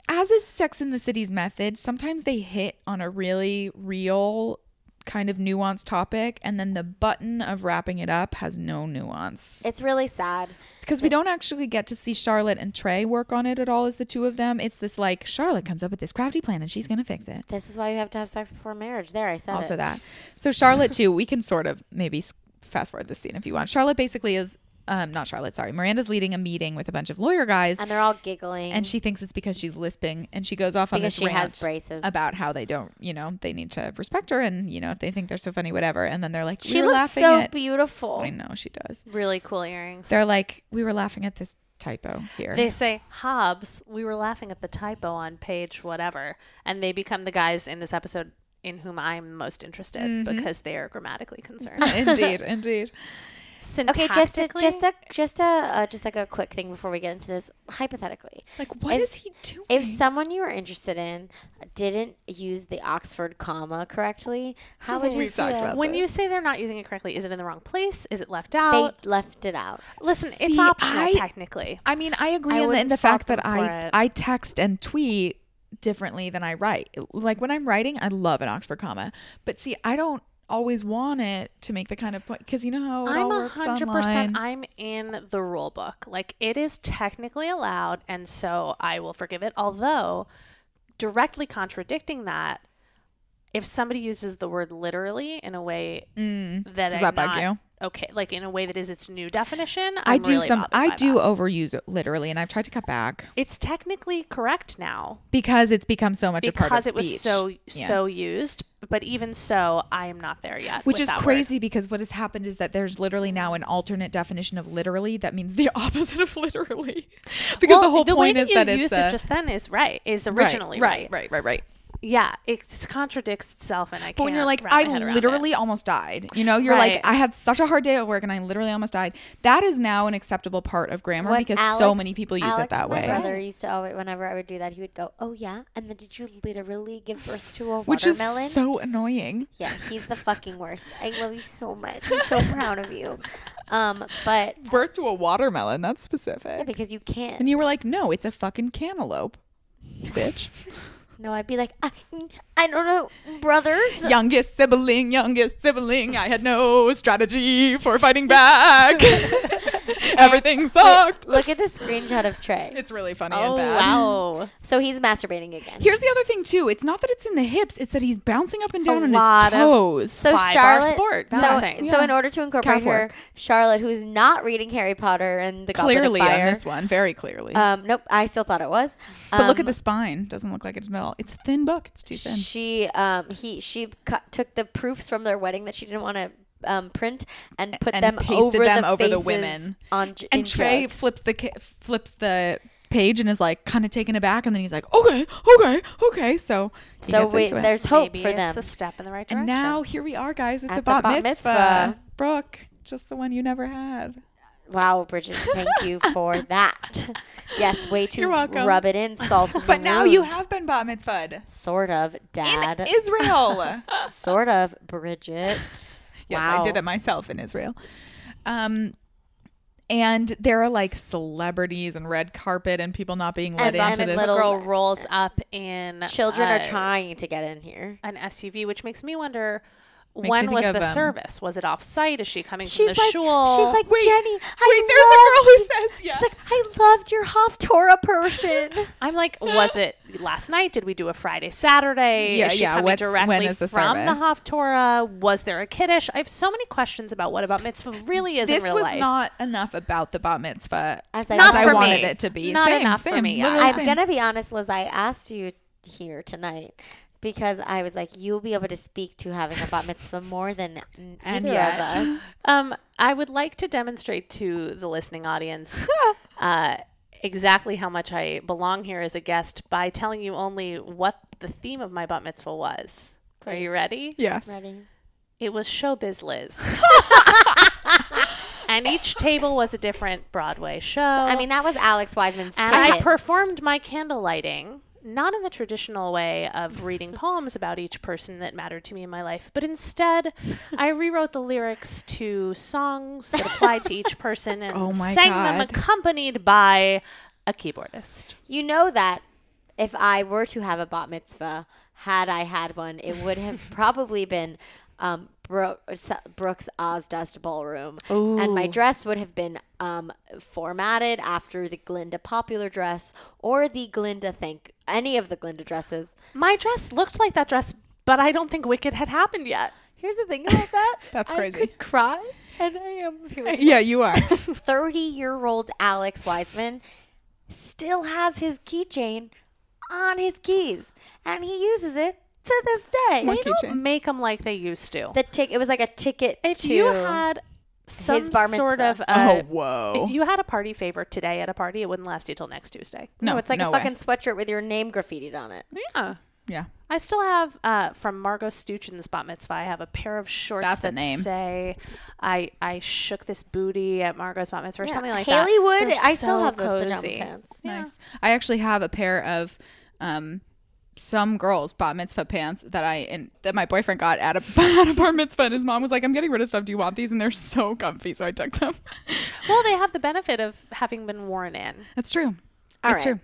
S2: as is Sex in the City's method, sometimes they hit on a really real kind of nuanced topic, and then the button of wrapping it up has no nuance.
S3: It's really sad.
S2: Because we don't actually get to see Charlotte and Trey work on it at all as the two of them. It's this like, Charlotte comes up with this crafty plan and she's going to fix it.
S3: This is why you have to have sex before marriage. There, I said
S2: also
S3: it.
S2: that. So Charlotte too, we can sort of maybe s- fast forward this scene if you want. Charlotte basically is um not Charlotte, sorry. Miranda's leading a meeting with a bunch of lawyer guys
S3: And they're all giggling.
S2: and she thinks it's because she's lisping and she goes off on
S3: Because
S2: this
S3: she
S2: rant
S3: has braces.
S2: about how they don't, you know, they need to respect her and, you know, if they think they're so funny whatever and then they're like
S3: she
S2: we were
S3: looks
S2: laughing
S3: so
S2: at
S3: beautiful.
S2: I know she does.
S1: really cool earrings.
S2: They're like we were laughing at this typo here.
S1: They say Hobbs. We were laughing at the typo on page whatever, and they become the guys in this episode in whom I'm most interested
S2: Mm-hmm.
S1: because they are grammatically concerned.
S2: indeed, indeed.
S3: Okay, just a,
S1: Syntactically,
S3: just a just a uh, just like a quick thing before we get into this. Hypothetically,
S2: Like what
S3: If-
S2: is he doing?
S3: if someone you were interested in didn't use the Oxford comma correctly, how would you
S2: We've talked
S3: feel?
S2: about
S1: when you say they're not using it correctly, is it in the wrong place? Is it left
S3: they
S1: out?
S3: left it out.
S1: Listen, it's
S2: See,
S1: optional
S2: I-
S1: technically.
S2: I mean, I
S1: I
S2: agree in, the, in
S1: wouldn't
S2: the fact
S1: fault
S2: that
S1: them for
S2: I
S1: it.
S2: I text and tweet differently than I write. Like when I'm writing, I love an Oxford comma, but see, I don't always want it to make the kind of point because you know how it
S1: I'm
S2: all
S1: a
S2: works
S1: hundred
S2: online.
S1: percent. I'm in the rule book. Like it is technically allowed, and so I will forgive it. Although, directly contradicting that, if somebody uses the word literally in a way that
S2: Mm. Does
S1: I'm
S2: that bug
S1: not
S2: you?
S1: okay, like in a way that is its new definition,
S2: I
S1: I'm
S2: do
S1: really
S2: some.
S1: bothered by
S2: I
S1: that.
S2: do overuse it literally, and I've tried to cut back
S1: It's technically correct now
S2: because it's become so much a part of
S1: because it was
S2: speech.
S1: so
S2: Yeah.
S1: so used. But even so, I am not there yet.
S2: Which
S1: with
S2: is
S1: that word.
S2: crazy because what has happened is that there's literally now an alternate definition of literally that means the opposite of literally. because the whole point
S1: way
S2: is
S1: you
S2: that it's
S1: used
S2: a,
S1: it just then is right. Is originally
S2: right, right, right, right.
S1: Yeah, it s- contradicts itself, and I can't.
S2: But when you're like,
S1: wrap my
S2: I
S1: head around it."
S2: literally almost died, you know, you're
S1: Right.
S2: like, I had such a hard day at work and I literally almost died. That is now an acceptable part of grammar
S3: What
S2: because so
S3: Alex-
S2: many people use
S3: Alex,
S2: it that
S3: my
S2: way.
S3: brother used to always, whenever I would do that, he would go, "Oh yeah," and then did you literally give birth to a
S2: Which is
S3: watermelon?
S2: so annoying.
S3: yeah, he's the fucking worst. I love you so much. I'm so proud of you. Um, but
S2: Birth to a watermelon, that's specific.
S3: yeah, because you can't.
S2: and you were like, no, it's a fucking cantaloupe, bitch.
S3: no, I'd be like, I, I don't know, brothers.
S2: youngest sibling, youngest sibling. I had no strategy for fighting back. Everything sucked.
S3: Look at this screenshot of Trey.
S2: It's really funny
S1: Oh
S2: and bad.
S1: wow!
S3: So he's masturbating again.
S2: Here's the other thing too. It's not that it's in the hips; it's that he's bouncing up and down on his
S1: lot of-
S2: toes.
S3: so
S1: five-bar
S3: Charlotte.
S1: sport,
S3: so,
S1: balancing.
S3: so in order to incorporate
S2: Calf
S3: her,
S2: work.
S3: Charlotte, who's not reading Harry Potter and the Goblet
S2: clearly
S3: of Fire,
S2: on this one, very clearly.
S3: Um, nope, I still thought it was.
S2: but look
S3: Um,
S2: at the spine; doesn't look like it at all. It's a thin book; it's too thin.
S3: She, um, he, she cut, took the proofs from their wedding that she didn't want to um, print and put
S2: And
S3: them
S2: pasted
S3: over
S2: them
S3: the
S2: over the
S3: faces
S2: women.
S3: on j- in
S2: and Trey
S3: jokes.
S2: flips the ca- flips the page and is like kind of taken aback, and then he's like, "Okay, okay, okay." So he
S3: So
S2: gets
S3: wait,
S2: into it.
S3: there's hope
S1: Maybe
S3: for
S1: it's
S3: them.
S1: a step in the right direction.
S2: and now here we are, guys. It's
S3: At the
S2: a bat,
S3: bat
S2: mitzvah.
S3: mitzvah.
S2: Brooke, just the one you never had.
S3: wow, Bridget, thank you for that. Yes, way to
S2: You're welcome.
S3: rub it in, salt. the
S2: But now you
S3: wound.
S2: have been bat mitzvahed
S3: sort of dad,
S2: in Israel.
S3: sort of Bridget.
S2: Yes, I
S3: Wow.
S2: did it myself in Israel. Um, and there are like celebrities and red carpet and people not being let
S3: And then
S2: into
S3: it's
S2: this.
S3: little-
S1: girl rolls up in
S3: Children
S1: uh,
S3: are trying to get in here.
S1: an SUV, which makes me wonder.
S2: me
S1: when
S2: think
S1: was
S2: of,
S1: the
S2: um,
S1: service? Was it off site? Is she coming
S3: She's
S1: from the
S3: like,
S1: shul?
S3: she's like Jenny.
S2: wait, there's a girl
S3: I
S2: who
S3: loved you."
S2: says yes.
S3: She's like, I loved your Hof Torah portion.
S1: I'm like, was it last night? Did we do a Friday, Saturday?
S2: Yeah,
S1: is she
S2: yeah,
S1: Coming
S2: what's-
S1: directly
S2: when is the
S1: from
S2: service?
S1: the Haftorah? Was there a kiddush? I have so many questions about what about mitzvah really is
S2: this
S1: in real
S2: was
S1: life.
S2: not enough about the bat mitzvah
S3: As I
S2: as
S3: was
S2: I
S3: for
S2: wanted
S3: me.
S2: it to be.
S1: Not
S2: Same,
S1: enough for
S2: same,
S1: me,
S2: literally
S1: yeah.
S3: I'm
S2: same.
S3: gonna be honest, Liz. I asked you here tonight because I was like, you'll be able to speak to having a bat mitzvah more than n-
S2: And
S3: either
S2: yet.
S3: of us.
S1: Um, I would like to demonstrate to the listening audience uh, exactly how much I belong here as a guest by telling you only what the theme of my bat mitzvah was. Are you ready?
S2: Yes.
S3: Ready?
S1: It was Showbiz Liz. and each table was a different Broadway show.
S3: I mean, that was Alex Wiseman's
S1: and I
S3: ticket.
S1: performed my candle lighting, not in the traditional way of reading poems about each person that mattered to me in my life, but instead I rewrote the lyrics to songs that applied to each person and
S2: Oh my
S1: sang them
S2: God.
S1: accompanied by a keyboardist.
S3: you know that if I were to have a bat mitzvah, had I had one, it would have probably been um, Bro- Brooks Ozdust Ballroom. And my dress would have been um, formatted after the Glinda popular dress or the Glinda, thank any of the Glinda dresses.
S1: My dress looked like that dress, but I don't think Wicked had happened yet.
S3: Here's the thing about that.
S2: That's
S3: I
S2: crazy.
S3: could cry, and I am feeling
S2: Yeah, you are.
S3: 30 year old Alex Wiseman still has his keychain on his keys and he uses it to this day.
S2: My
S1: They don't
S2: keychain.
S1: make them like they used to.
S3: The tick it was like a ticket
S1: if
S3: to
S1: you had some
S3: bar
S1: sort of
S3: mitzvah.
S2: oh,
S1: uh,
S2: whoa.
S1: if you had a party favor today at a party, it wouldn't last you till next Tuesday.
S3: no, it's like
S2: no
S3: a
S2: way.
S3: fucking sweatshirt with your name graffitied on it.
S1: Yeah.
S2: Yeah.
S1: I still have uh, from Margot Stuchin's bat mitzvah. I have a pair of shorts
S2: That's a
S1: that
S2: name.
S1: say, "I I shook this booty at Margot's bat mitzvah" or something like
S3: Haley
S1: that.
S3: Wood,
S1: They're
S3: I still
S1: so
S3: have those
S1: cozy.
S3: pajama pants.
S2: Nice. I actually have a pair of um some girls bat mitzvah pants that I and that my boyfriend got at a, at a bar mitzvah and his mom was like, I'm getting rid of stuff. Do you want these? And they're so comfy, so I took them.
S1: Well, they have the benefit of having been worn in.
S2: That's true.
S3: All
S2: That's
S3: right.
S2: true.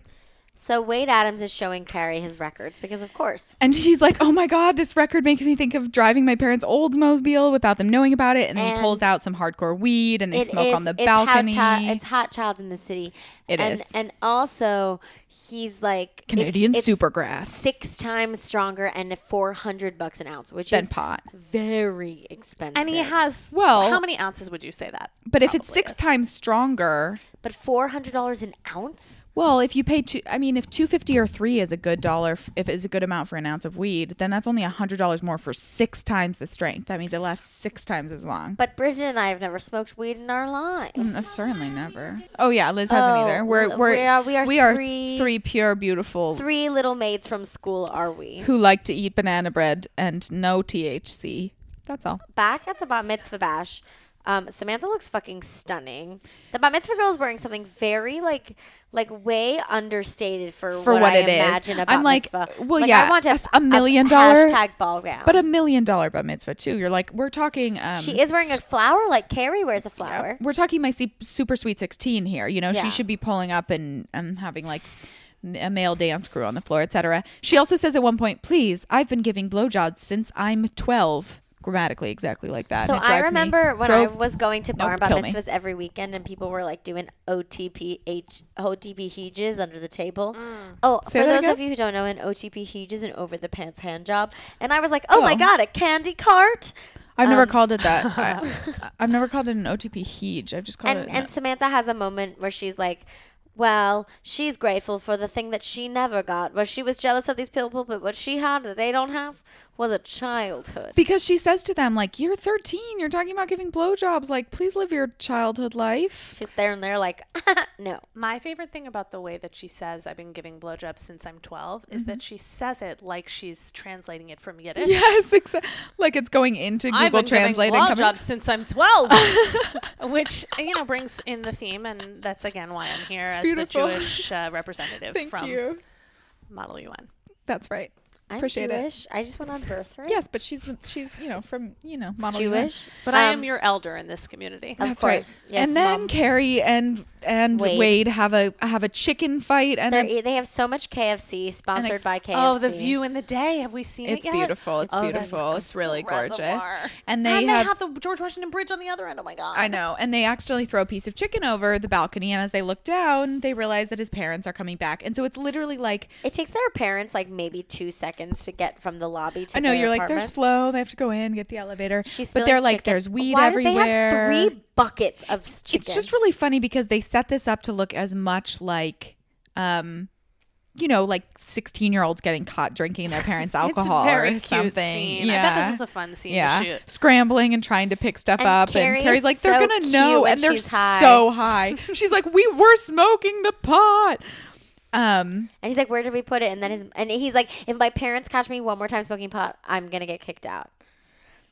S3: So Wade Adams is showing Carrie his records because of course.
S2: And she's like, Oh my god, this record makes me think of driving my parents' Oldsmobile without them knowing about it. And, then he
S3: And
S2: pulls out some hardcore weed and they
S3: It
S2: smoke
S3: is-
S2: on the
S3: it's
S2: balcony.
S3: Hot chi- it's hot child in the city.
S2: It
S3: and,
S2: is.
S3: and also he's like it's-
S2: Canadian
S3: it's
S2: supergrass.
S3: six times stronger and four hundred bucks an ounce, which
S2: then
S3: is
S2: pot.
S3: very expensive.
S1: And he has
S2: Well-
S1: how many ounces would you say that?
S2: But if it's
S1: probably
S2: six
S1: is.
S2: times stronger,
S3: but four hundred dollars an ounce.
S2: Well, if you pay two, I mean, if two fifty or three is a good dollar, f- if it's a good amount for an ounce of weed, then that's only hundred dollars more for six times the strength. That means it lasts six times as long.
S3: But Bridget and I have never smoked weed in our lives.
S2: Mm, I've certainly never. Oh yeah, Liz hasn't
S3: Oh,
S2: either. We're
S3: we-
S2: we're
S3: we are- we are three-
S2: three, pure beautiful
S3: Three little maids from school are we?
S2: who like to eat banana bread and no THC. That's all.
S3: Back at the bat mitzvah bash, um, Samantha looks fucking stunning. The bat mitzvah girl is wearing something very like like way understated for,
S2: For
S3: what,
S2: what
S3: I
S2: it is.
S3: imagine a bat
S2: I'm like,
S3: mitzvah.
S2: well,
S3: Like,
S2: yeah,
S3: I want to
S2: just a million dollar-
S3: hashtag ball gown.
S2: But a million dollar bat mitzvah too. You're like we're talking. Um,
S3: Oh. she is wearing a flower like Carrie wears a flower.
S2: we're talking my se- super sweet 16 here you know
S3: Yeah.
S2: she should be pulling up and, and having like a male dance crew on the floor etc she also says at one point please i've been giving blowjobs since i'm 12 grammatically exactly like that
S3: So
S2: and it
S3: I
S2: drove me-
S3: remember when I
S2: drove-
S3: was going to bar
S2: Nope,
S3: about
S2: kill me.
S3: mitzvahs every weekend, and people were like doing OTP H, OTP heeges under the table. Oh,
S2: Mm. Say
S3: for
S2: that
S3: those
S2: again?
S3: of you who don't know, an OTP heege is an over the pants hand job, and I was like, oh, my god, a candy cart.
S2: i've
S3: um,
S2: never called it that I, i've never called it an otp huge i've just called
S3: and
S2: it
S3: and Samantha has a moment where she's like. Well, she's grateful for the thing that she never got. Where she was jealous of these people, but what she had that they don't have was a childhood.
S2: because she says to them like you're 13 you're talking about giving blowjobs like please live your childhood life
S3: She's there and they're like, no.
S1: My favorite thing about the way that she says "I've been giving blowjobs since I'm 12" is that she says it like she's translating it from Yiddish.
S2: yes exa- like it's going into google
S1: I've been
S2: translate
S1: giving
S2: and coming
S1: blowjobs since I'm 12, which you know brings in the theme, and that's again why I'm here as
S2: beautiful.
S1: the Jewish uh, representative
S2: thank
S1: from
S2: you
S1: Model UN.
S2: that's right
S3: I'm
S2: Appreciate it.
S3: Jewish. I just went on birthright.
S2: Yes, but she's the- she's you know from you know model UN.
S3: Jewish.
S1: But I am
S3: Um,
S1: your elder in this community.
S3: Of
S2: That's
S3: course.
S2: right.
S3: Yes,
S2: and then
S3: Mom.
S2: Carrie and and
S3: Wade.
S2: Wade. have a have a chicken fight and
S3: They're,
S2: a-
S3: e- they have so much KFC sponsored by KFC.
S1: oh, the view in the day. Have we seen
S2: it's
S1: it yet?
S2: beautiful. It's
S3: Oh, that's
S2: beautiful. It's really gorgeous.
S1: Reservoir.
S2: And they have,
S1: the George Washington Bridge on the other end. Oh my god!
S2: I know. And they accidentally throw a piece of chicken over the balcony and as they look down, they realize that his parents are coming back. And so it's literally like
S3: It takes their parents like maybe two seconds to get from the lobby to.
S2: I know
S3: their
S2: you're like they're
S3: apartment.
S2: slow. They have to go in, get the elevator.
S3: She's
S2: but
S3: spilling
S2: they're like
S3: chicken.
S2: there's weed
S3: Why
S2: everywhere.
S3: Did they have three buckets of s- chicken.
S2: It's just really funny because they set this up to look as much like um you know, like 16 year olds getting caught drinking their parents' alcohol
S1: very
S2: or
S1: cute
S2: something.
S1: scene. I
S2: Yeah.
S1: bet this was a fun scene to shoot.
S2: Scrambling and trying to pick stuff
S3: And
S2: up.
S3: Carrie
S2: and Carrie's
S3: is
S2: like, they're
S3: so
S2: going to
S3: cute
S2: know.
S3: when
S2: And they're
S3: she's high.
S2: so high. she's like, we were smoking the pot. Um,
S3: And he's like, "Where did we put it?" And then his and he's like, "If my parents catch me one more time smoking pot, I'm gonna get kicked out."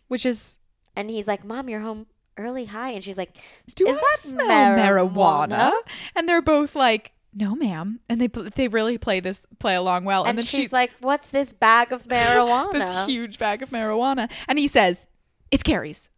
S2: which is,
S3: And he's like, "Mom, you're home early, high." And she's like,
S2: do
S3: "Is
S2: I
S3: that
S2: smell marijuana?
S3: marijuana?"
S2: And they're both like, no, ma'am. And they pl- they really play this play along well. And,
S3: And,
S2: then
S3: she's
S2: she,
S3: like, "What's this bag of marijuana?"
S2: this huge bag of marijuana and he says it's carrie's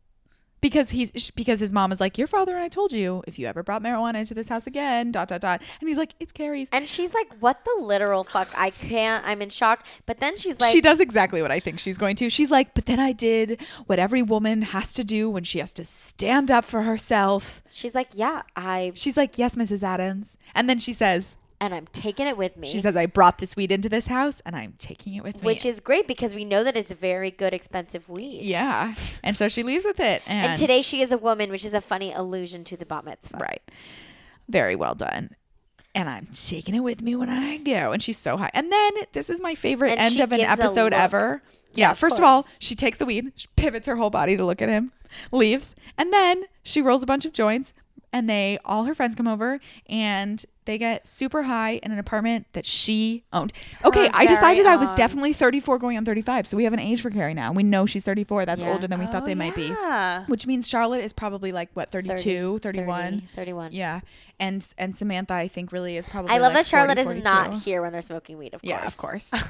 S2: because he's sh- because his mom is like your father and i told you if you ever brought marijuana into this house again dot dot dot and he's like it's carrie's
S3: and she's like, "What the literal fuck? I can't. I'm in shock." But then she's like,
S2: she does exactly what I think she's going to. She's like, but then I did what every woman has to do when she has to stand up for herself.
S3: "She's like, yeah, I
S2: She's like, yes, Mrs. Adams. And then she says,
S3: and I'm taking it with me."
S2: she says, I brought this weed into this house and I'm taking it with me.
S3: which is great because we know that it's very good, expensive weed.
S2: yeah. And so she leaves with it. And,
S3: And today she is a woman, which is a funny allusion to the bat mitzvah.
S2: Right. Very well done. And I'm taking it with me when I go. And she's so high. And then this is my favorite
S3: And
S2: end
S3: she
S2: of an
S3: gives a
S2: episode
S3: look.
S2: ever. Yeah.
S3: of
S2: first of all,
S3: course.
S2: she takes the weed, she pivots her whole body to look at him, leaves, and then she rolls a bunch of joints. And they, all her friends come over and they get super high in an apartment that she owned. Okay, I decided I was definitely 34 going on 35. So we have an age for Carrie now. We know she's 34. That's older than we thought they might
S3: Oh,
S2: be. Which means Charlotte is probably like, what, 32, 31?
S3: 30, 31.
S2: Yeah, and and Samantha, I think really is probably.
S3: I love
S2: like
S3: that Charlotte
S2: 40,
S3: is not
S2: 42.
S3: here when they're smoking weed, of course.
S2: Yeah, of course.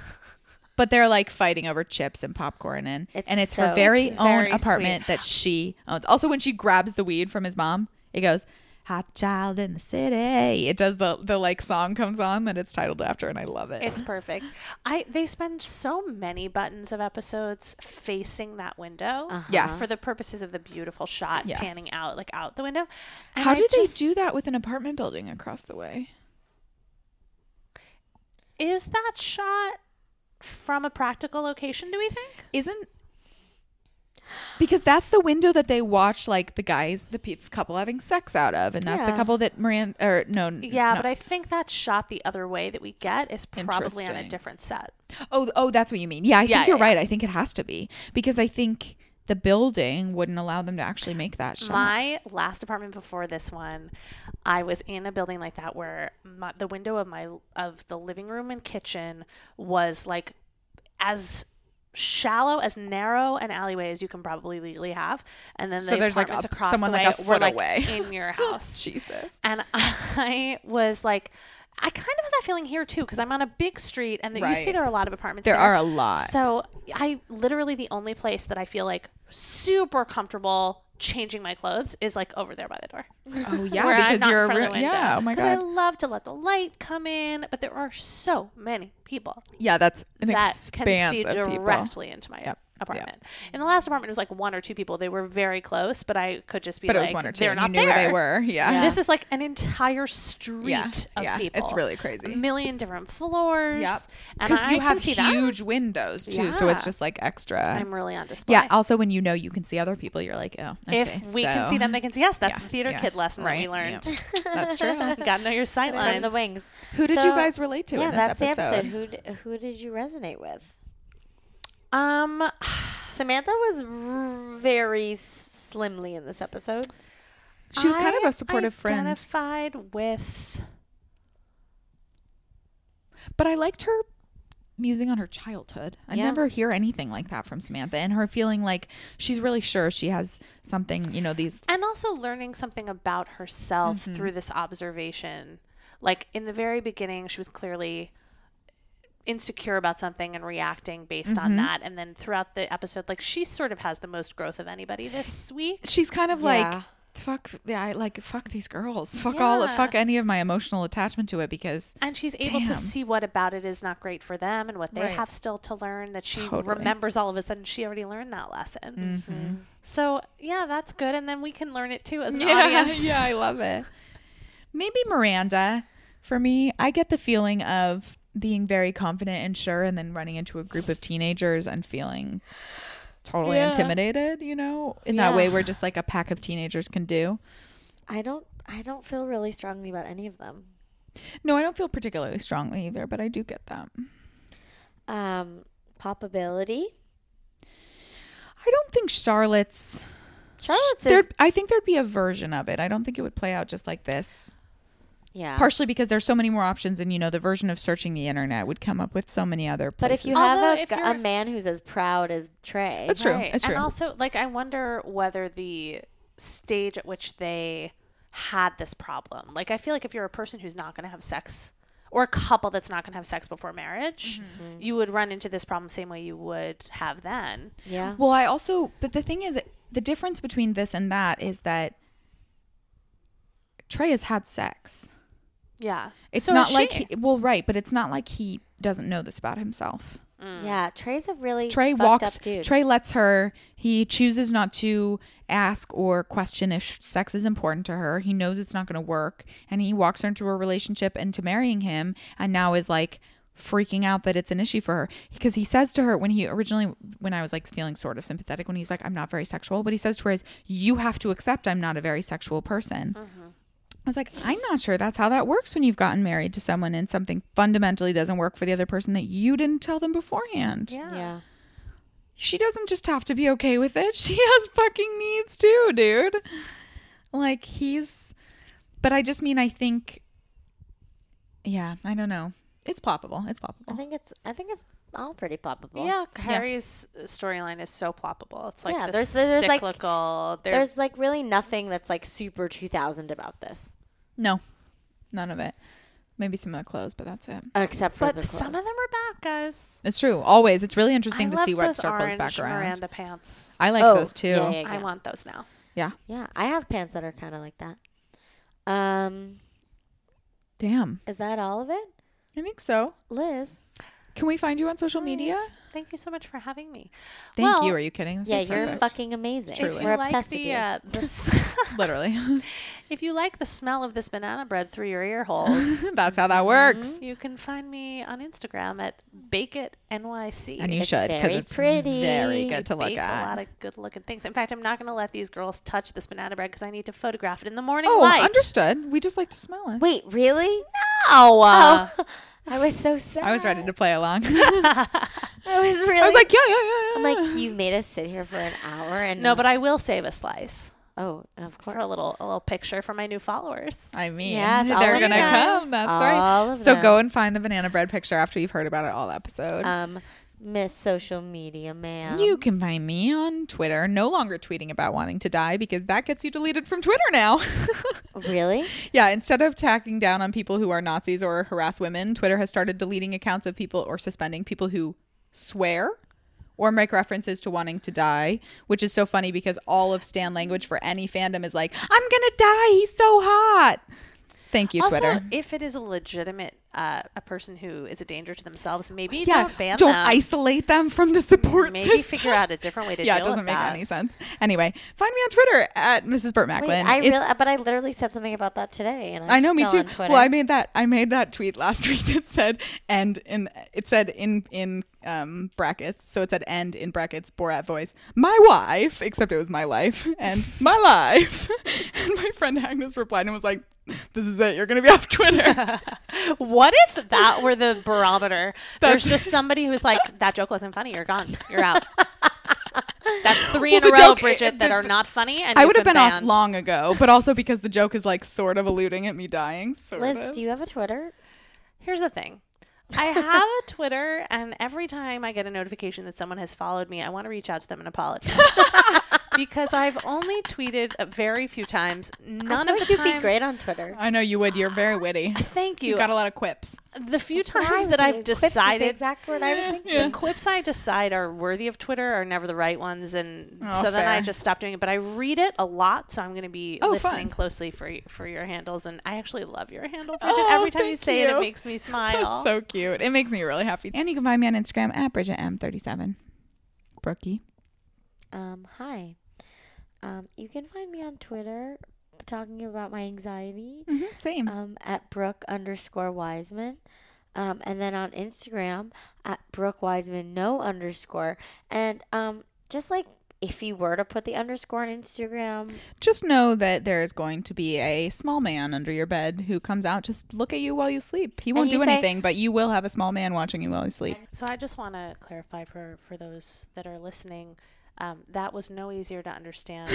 S2: but they're like fighting over chips and popcorn, and
S3: It's
S2: and it's
S3: so
S2: her very
S3: cute.
S2: own
S1: Very
S2: apartment that she owns. Also, when she grabs the weed from his mom, it goes. Hot child in the city. It does the the like song comes on that it's titled after, and I love it.
S1: It's perfect. I they spend so many buttons of episodes facing that window.
S2: Yes.
S1: For the purposes of the beautiful shot
S2: Yes.
S1: panning out like out the window. And
S2: How
S1: I
S2: do they
S1: just-
S2: do that with an apartment building across the way?
S1: Is that shot from a practical location, do we think?
S2: Isn't because that's the window that they watch like the guys, the pe- couple having sex out of, and that's the
S3: Yeah.
S2: couple that Miranda or no, n-
S1: Yeah,
S2: no.
S1: but I think that shot the other way that we get is probably on a
S2: Interesting.
S1: different set.
S2: Oh, th- oh, that's what you mean. Yeah, I
S1: Yeah,
S2: think you're
S1: yeah,
S2: right. I think it has to be because I think the building wouldn't allow them to actually make that shot.
S1: My last apartment before this one, I was in a building like that where my, the window of my of the living room and kitchen was like as shallow as narrow an alleyway as you can probably legally have, and then
S2: So
S1: the
S2: there's, like,
S1: apartments
S2: a-
S1: across
S2: someone,
S1: the way
S2: like, a
S1: were
S2: foot
S1: like
S2: away.
S1: in your house.
S2: Jesus.
S1: And I was like, I kind of have that feeling here too because I'm on a big street, and that you see
S2: Right.
S1: there are a lot of apartments.
S2: There are a lot.
S1: So I literally the only place that I feel like super comfortable changing my clothes is like over there by the door.
S2: Oh yeah,
S1: Where I'm
S2: because
S1: not
S2: you're
S1: in
S2: a
S1: front of
S2: real-
S1: the window.
S2: yeah. Oh my
S1: 'Cause I
S2: god.
S1: love to let the light come in, but there are so many people
S2: yeah, that's an
S1: that can see
S2: expanse of people.
S1: directly into my
S2: Yep.
S1: apartment. In the last apartment, it was like one or two people. They were very close, but I could just be
S2: But it
S1: like,
S2: was one or two.
S1: they're
S2: and you
S1: not
S2: knew
S1: there.
S2: where they were. Yeah.
S1: This is like an entire street of
S2: yeah,
S1: people.
S2: it's really crazy.
S1: A million different floors.
S2: Yep.
S1: And
S2: Because
S1: I
S2: you have
S1: can see that.
S2: huge windows too, so it's
S1: Yeah.
S2: just like extra.
S1: I'm really on display.
S2: yeah. Also, when you know you can see other people, you're like, oh. okay,
S1: if we can
S2: so-
S1: see them, they can see us. That's
S2: Yeah,
S1: the theater
S2: yeah,
S1: kid lesson that we
S2: right,
S1: learned.
S2: yeah. That's true.
S1: you gotta know your sight
S3: From
S1: lines.
S3: the wings.
S2: Who did you guys relate to
S3: Yeah,
S2: in this
S3: that's the
S2: episode?
S3: episode. Who d- who did you resonate with?
S1: Um,
S3: Samantha was r- very slimly in this episode.
S2: She was kind of
S1: I
S2: a supportive friend,
S1: Identified with.
S2: but I liked her musing on her childhood. I
S3: Yeah.
S2: never hear anything like that from Samantha, and her feeling like she's really sure she has something. You know, these
S1: and also learning something about herself
S2: Mm-hmm.
S1: through this observation. Like in the very beginning, she was clearly insecure about something and reacting based
S2: Mm-hmm.
S1: on that. And then throughout the episode, like she sort of has the most growth of anybody this week.
S2: she's kind of
S3: Yeah.
S2: like fuck. Yeah, I like fuck these girls. Fuck all.
S1: Yeah.
S2: Fuck any of my emotional attachment to it because
S1: And she's able
S2: Damn.
S1: to see what about it is not great for them and what they
S2: Right.
S1: have still to learn that she
S2: Totally. Mm-hmm.
S1: remembers all of a sudden she already learned that lesson. So, yeah, that's good. And then we can learn it too as an audience.
S2: yeah, I love it. Maybe Miranda. For me, I get the feeling of being very confident and sure, and then running into a group of teenagers and feeling totally intimidated. You know, in that way, where just like a pack of teenagers can do.
S3: I don't I don't feel really strongly about any of them.
S2: No, I don't feel particularly strongly either, but I do get that.
S3: Um, popability.
S2: I don't think Charlotte's.
S3: Charlotte says,
S2: there'd- I think there'd be a version of it. I don't think it would play out just like this.
S3: yeah.
S2: Partially because there's so many more options, and you know, the version of searching the internet would come up with so many other.
S3: but if
S2: places.
S3: you
S1: Although
S3: have a,
S1: if
S3: g- a
S1: you're-
S3: man who's as proud as Trey,
S2: That's true.
S1: Right.
S2: That's true.
S1: And also, like, I wonder whether the stage at which they had this problem, like, I feel like if you're a person who's not going to have sex or a couple that's not going to have sex before marriage,
S2: Mm-hmm.
S1: you would run into this problem same way you would have then.
S3: yeah,
S2: Well, I also, but the thing is, the difference between this and that is that Trey has had sex.
S1: Yeah.
S2: It's
S1: So
S2: not
S1: is
S2: like,
S1: she.
S2: he, well, right, but it's not like he doesn't know this about himself.
S3: Mm. yeah. Trey's a really
S2: Mm. Trey
S3: fucked
S2: walks,
S3: up dude.
S2: Trey lets her, he chooses not to ask or question if sh- sex is important to her. He knows it's not going to work. And he walks her into a relationship and to marrying him and now is like, freaking out that it's an issue for her because he says to her when he originally when I was like feeling sort of sympathetic when he's like I'm not very sexual but he says to her is you have to accept I'm not a very sexual person
S3: Mm-hmm.
S2: I was like, I'm not sure that's how that works when you've gotten married to someone and something fundamentally doesn't work for the other person that you didn't tell them beforehand.
S3: yeah,
S2: She doesn't just have to be okay with it. She has fucking needs too, dude. Like he's but I just mean I think yeah, I don't know. It's ploppable. It's
S3: I
S2: ploppable.
S3: think it's I think it's all pretty poppable.
S1: Yeah, Harry's storyline is so ploppable. It's like
S3: Yeah,
S1: this
S3: there's- there's, like-
S1: cyclical. there's
S3: there's like really nothing that's like super 2000 about this,
S2: No. None of it. Maybe some of the clothes, but that's it.
S3: except for
S1: but
S3: the
S1: some of
S3: clothes.
S1: them are back, guys.
S2: It's true. Always. It's really
S1: I
S2: interesting to
S1: love
S2: see what
S1: those
S2: circles back
S1: orange
S2: around.
S1: Miranda pants.
S2: I liked
S3: Oh,
S2: those too.
S3: yeah, yeah.
S1: I want those now.
S2: yeah.
S3: Yeah, I have pants that are kind of like that. Um,
S2: Damn.
S3: is that all of it,
S2: I think so.
S3: Liz?
S2: Can we find you on social media?
S1: Guys, Thank you so much for having me.
S2: Thank
S1: Well,
S2: you. Are you kidding? This
S3: yeah,
S2: is
S3: you're
S2: perfect.
S3: fucking amazing.
S1: If you
S3: We're
S1: like
S3: obsessed
S1: the,
S3: with you.
S1: Uh, the s-
S2: Literally.
S1: if you like the smell of this banana bread through your ear
S2: Mm-hmm.
S1: holes,
S2: That's how that works.
S1: you can find me on Instagram at Bake It NYC.
S2: And you
S3: It's
S2: should because
S3: very
S2: it's
S3: pretty.
S2: very
S3: You
S2: good to look
S1: Bake a lot
S2: at.
S1: of good looking things. In fact, I'm not going to let these girls touch this banana bread because I need to photograph it in the morning
S2: Oh,
S1: light.
S2: understood. We just like to smell it.
S3: Wait, really?
S1: Oh, uh,
S3: Oh, I was so sad.
S2: I was ready to play along.
S3: I was really.
S2: I was like, yeah, yeah,
S3: I'm
S2: yeah, yeah.
S3: like, you've made us sit here for an hour and
S1: no, but I will save a slice
S3: oh, of course,
S1: for a little a little picture for my new followers.
S2: I mean,
S3: Yes, all
S2: they're
S3: of
S2: gonna
S3: them.
S2: come. That's
S3: All
S2: right.
S3: of
S2: So
S3: them.
S2: go and find the banana bread picture after you've heard about it all episode.
S3: um, Miss Social Media Man.
S2: you can find me on Twitter. No longer tweeting about wanting to die because that gets you deleted from Twitter now.
S3: really?
S2: Yeah, instead of tacking down on people who are Nazis or harass women, Twitter has started deleting accounts of people or suspending people who swear or make references to wanting to die, which is so funny because all of Stan language for any fandom is like, I'm going to die. He's so hot. Thank you,
S1: Also,
S2: Twitter.
S1: if it is a legitimate uh, a person who is a danger to themselves, maybe
S2: Yeah,
S1: don't ban
S2: don't
S1: them.
S2: isolate them from the support
S1: Maybe
S2: system.
S1: figure out a different way to
S2: yeah,
S1: deal
S2: it doesn't
S1: with
S2: make
S1: that.
S2: any sense. Anyway, find me on Twitter at Mrs. Burt
S3: Wait,
S2: Macklin.
S3: I
S2: It's-
S3: really, but I literally said something about that today, and I'm
S2: I know, me
S3: still
S2: too.
S3: On Twitter.
S2: Well, I made that I made that tweet last week that said and in it said in in um brackets, so it said and in brackets Borat voice, my wife, except it was my life and my life. and my friend Agnes replied and was like, "This is it. You're gonna be off Twitter."
S1: What if that were the barometer? There's just somebody who's like, that joke wasn't funny. You're gone. You're out. That's three
S2: Well,
S1: in a
S2: the
S1: row,
S2: joke-
S1: Bridget,
S2: the-
S1: that are not funny. And
S2: I
S1: you've
S2: would have been off
S1: banned.
S2: long ago, but also because the joke is like sort of alluding at me dying. Sort
S3: Liz,
S2: of.
S3: do you have a Twitter?
S1: Here's the thing. I have a Twitter, and every time I get a notification that someone has followed me, I want to reach out to them and apologize because I've only tweeted a very few times. None
S3: I
S1: of
S3: feel
S1: the
S3: like you'd
S1: times.
S3: be great on Twitter.
S2: I know you would. You're very witty.
S1: Thank you.
S2: You got a lot of quips.
S1: the few
S3: I was
S1: times that I've
S3: thinking quips is the
S1: decided Eh.
S3: exact word I was thinking.
S1: the quips I decide are worthy of Twitter are never the right ones, and
S2: Oh,
S1: so then I
S2: fair.
S1: just stopped doing it. But I read it a lot, so I'm going to be
S2: Oh,
S1: listening
S2: fun.
S1: closely for y- for your handles. And I actually love your handle, Bridget.
S2: Oh,
S1: Every time you
S2: thank
S1: say it,
S2: you.
S1: it makes me smile.
S2: That's so cute. It makes me really happy. And you can find me on Instagram at Bridget M37. Brookie.
S3: Um, hi. Um, you can find me on Twitter talking about my anxiety
S2: Same.
S3: um, at Brooke underscore Wiseman. Um, and then on Instagram at Brooke Wiseman no underscore. And um, just like if you were to put the underscore on Instagram,
S2: Just know that there is going to be a small man under your bed who comes out just look at you while you sleep. He won't
S3: you
S2: do
S3: say-
S2: anything, but you will have a small man watching you while you sleep.
S1: So I just want to clarify for for those that are listening, um, that was no easier to understand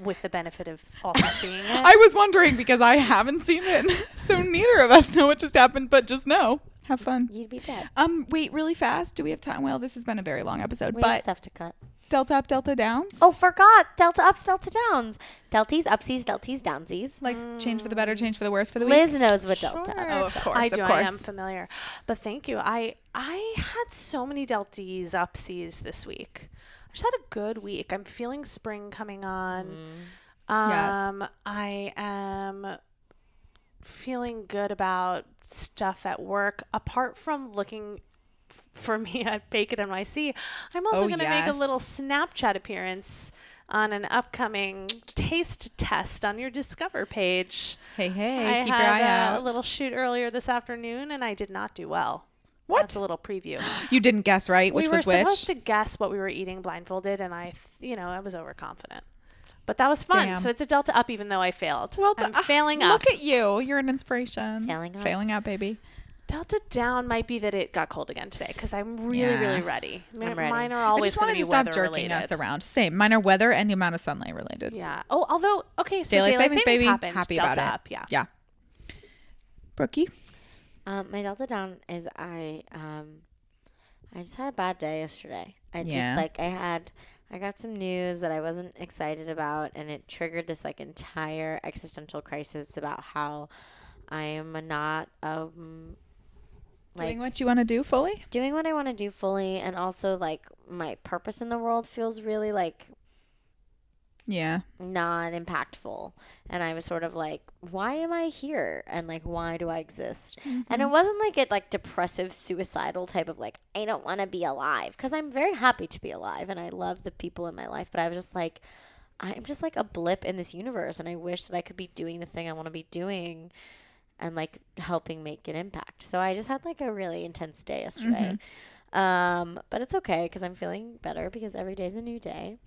S1: with the benefit of also seeing it.
S2: I was wondering because I haven't seen it. So neither of us know what just happened, but just know. Have fun.
S3: you'd be dead.
S2: Um, wait, really fast. Do we have time? Well, this has been a very long episode,
S3: We have
S2: but
S3: stuff to cut.
S2: Delta Up, Delta Downs.
S3: Oh, forgot delta ups, delta downs, delties, upsies, delties, downsies.
S2: Like change for the better, change for the worse for the week.
S3: Liz knows what delta ups.
S2: Oh, of course,
S1: I
S2: of
S1: do. I am
S2: course.
S1: familiar, but thank you. I I had so many delties upsies this week. I just had a good week. I'm feeling spring coming on.
S2: Mm. Yes.
S1: Um, I am feeling good about stuff at work. Apart from looking f- for me at Bacon NYC, I'm also
S2: Oh,
S1: going to make
S2: yes.
S1: a little Snapchat appearance on an upcoming taste test on your Discover page.
S2: Hey, hey,
S1: I
S2: keep your
S1: had
S2: eye
S1: uh,
S2: out.
S1: a little shoot earlier this afternoon, and I did not do well.
S2: What?
S1: That's a little preview.
S2: you didn't guess right, which
S1: we were
S2: was which.
S1: supposed to guess what we were eating blindfolded, and I, th- you know, I was overconfident. But that was fun.
S2: Damn.
S1: So it's a delta up, even though I failed.
S2: Well,
S1: I'm
S2: ah,
S1: failing up.
S2: Look at you. You're an inspiration.
S3: Failing up.
S2: Failing up, baby.
S1: delta down might be that it got cold again today because I'm really,
S2: Yeah.
S1: really ready. Mi-
S3: I'm ready.
S1: Mine are
S2: I
S1: always
S2: just
S1: going
S2: wanted
S1: to be
S2: to stop
S1: weather
S2: jerking
S1: related.
S2: us around. Same. Mine are weather and the amount of sunlight related.
S1: Yeah. Oh, although okay, so
S2: Daylight, savings, baby.
S1: happened.
S2: Happy
S1: delta
S2: about it.
S1: up. Yeah.
S2: Yeah. Brookie.
S3: Um, my delta down is I um, I just had a bad day yesterday. I
S2: Yeah.
S3: just like I had I got some news that I wasn't excited about, and it triggered this like entire existential crisis about how I am a not um like
S2: doing what you want to do fully.
S3: doing what I want to do fully, and also like my purpose in the world feels really like
S2: Yeah.
S3: not impactful and i was sort of like why am i here and like why do i exist and it wasn't like a like depressive suicidal type of like i don't want to be alive because i'm very happy to be alive and i love the people in my life but i was just like i'm just like a blip in this universe and i wish that i could be doing the thing i want to be doing and like helping make an impact so i just had like a really intense day yesterday um but it's okay because i'm feeling better because every day is a new day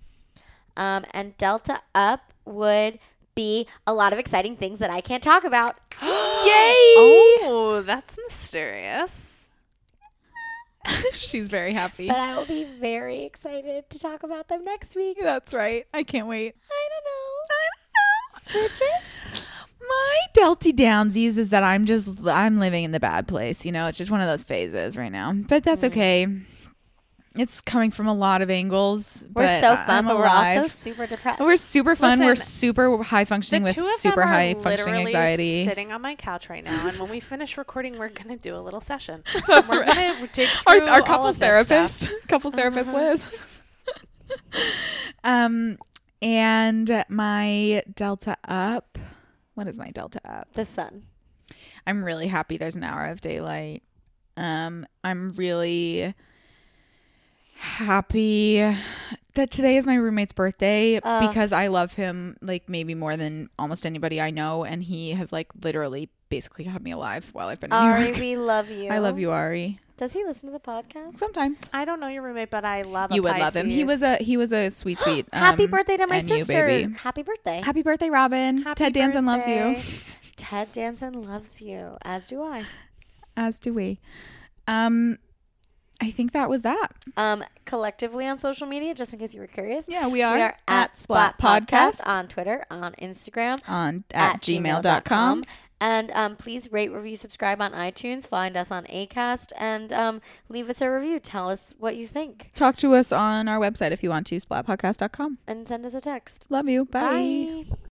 S3: um, and Delta Up would be a lot of exciting things that I can't talk about.
S1: Oh, that's mysterious.
S2: She's very happy.
S3: But I will be very excited to talk about them next week.
S2: That's right. I can't wait.
S3: I don't know.
S2: My Delty Downsies is that I'm just I'm living in the bad place. You know, it's just one of those phases right now. But that's
S3: Mm.
S2: okay. It's coming from a lot of angles.
S3: We're
S2: but
S3: so
S2: I-
S3: fun,
S2: I'm
S3: but we're also
S2: alive.
S3: super depressed.
S2: we're super fun. we're
S1: Listen,
S2: super high functioning with super high functioning anxiety.
S1: sitting on my couch right now, and when we finish recording, we're gonna do a little session. That's we're
S2: right.
S1: gonna dig
S2: our,
S1: through
S2: our
S1: all
S2: couple
S1: of this stuff.
S2: therapist, couple therapist Liz. um, and my Delta up. What is my Delta up?
S3: the sun.
S2: I'm really happy there's an hour of daylight. Um, I'm really happy that today is my roommate's birthday because I love him like maybe more than almost anybody I know, and he has like literally basically kept me alive while I've been in New
S3: Ari,
S2: York.
S3: we love you.
S2: I love you, Ari.
S3: Does he listen to the podcast?
S2: Sometimes.
S1: I don't know your roommate, but I love.
S2: you
S1: a
S2: would love him. He was a
S1: Pisces.
S2: he was a sweet sweet.
S3: Happy
S2: um,
S3: birthday to my
S2: NU
S3: sister.
S2: baby.
S3: Happy birthday.
S2: Happy birthday, Robin.
S1: Happy
S2: Ted Danson loves you,
S1: birthday.
S3: Ted Danson loves you, as do I.
S2: as do we. Um, I think that was that.
S3: Um, collectively on social media, just in case you were curious.
S2: Yeah, we are
S3: at,
S2: at
S3: Splat
S2: Splat
S3: Podcast,
S2: Podcast.
S3: on Twitter, on Instagram,
S2: On at,
S3: gmail
S2: gmail.com.
S3: dot com. And um, please rate, review, subscribe on iTunes. Find us on Acast and um, leave us a review. Tell us what you think
S2: Talk to us on our website if you want to, splatpodcast.com.
S3: and send us a text.
S2: Love you. Bye.
S3: Bye.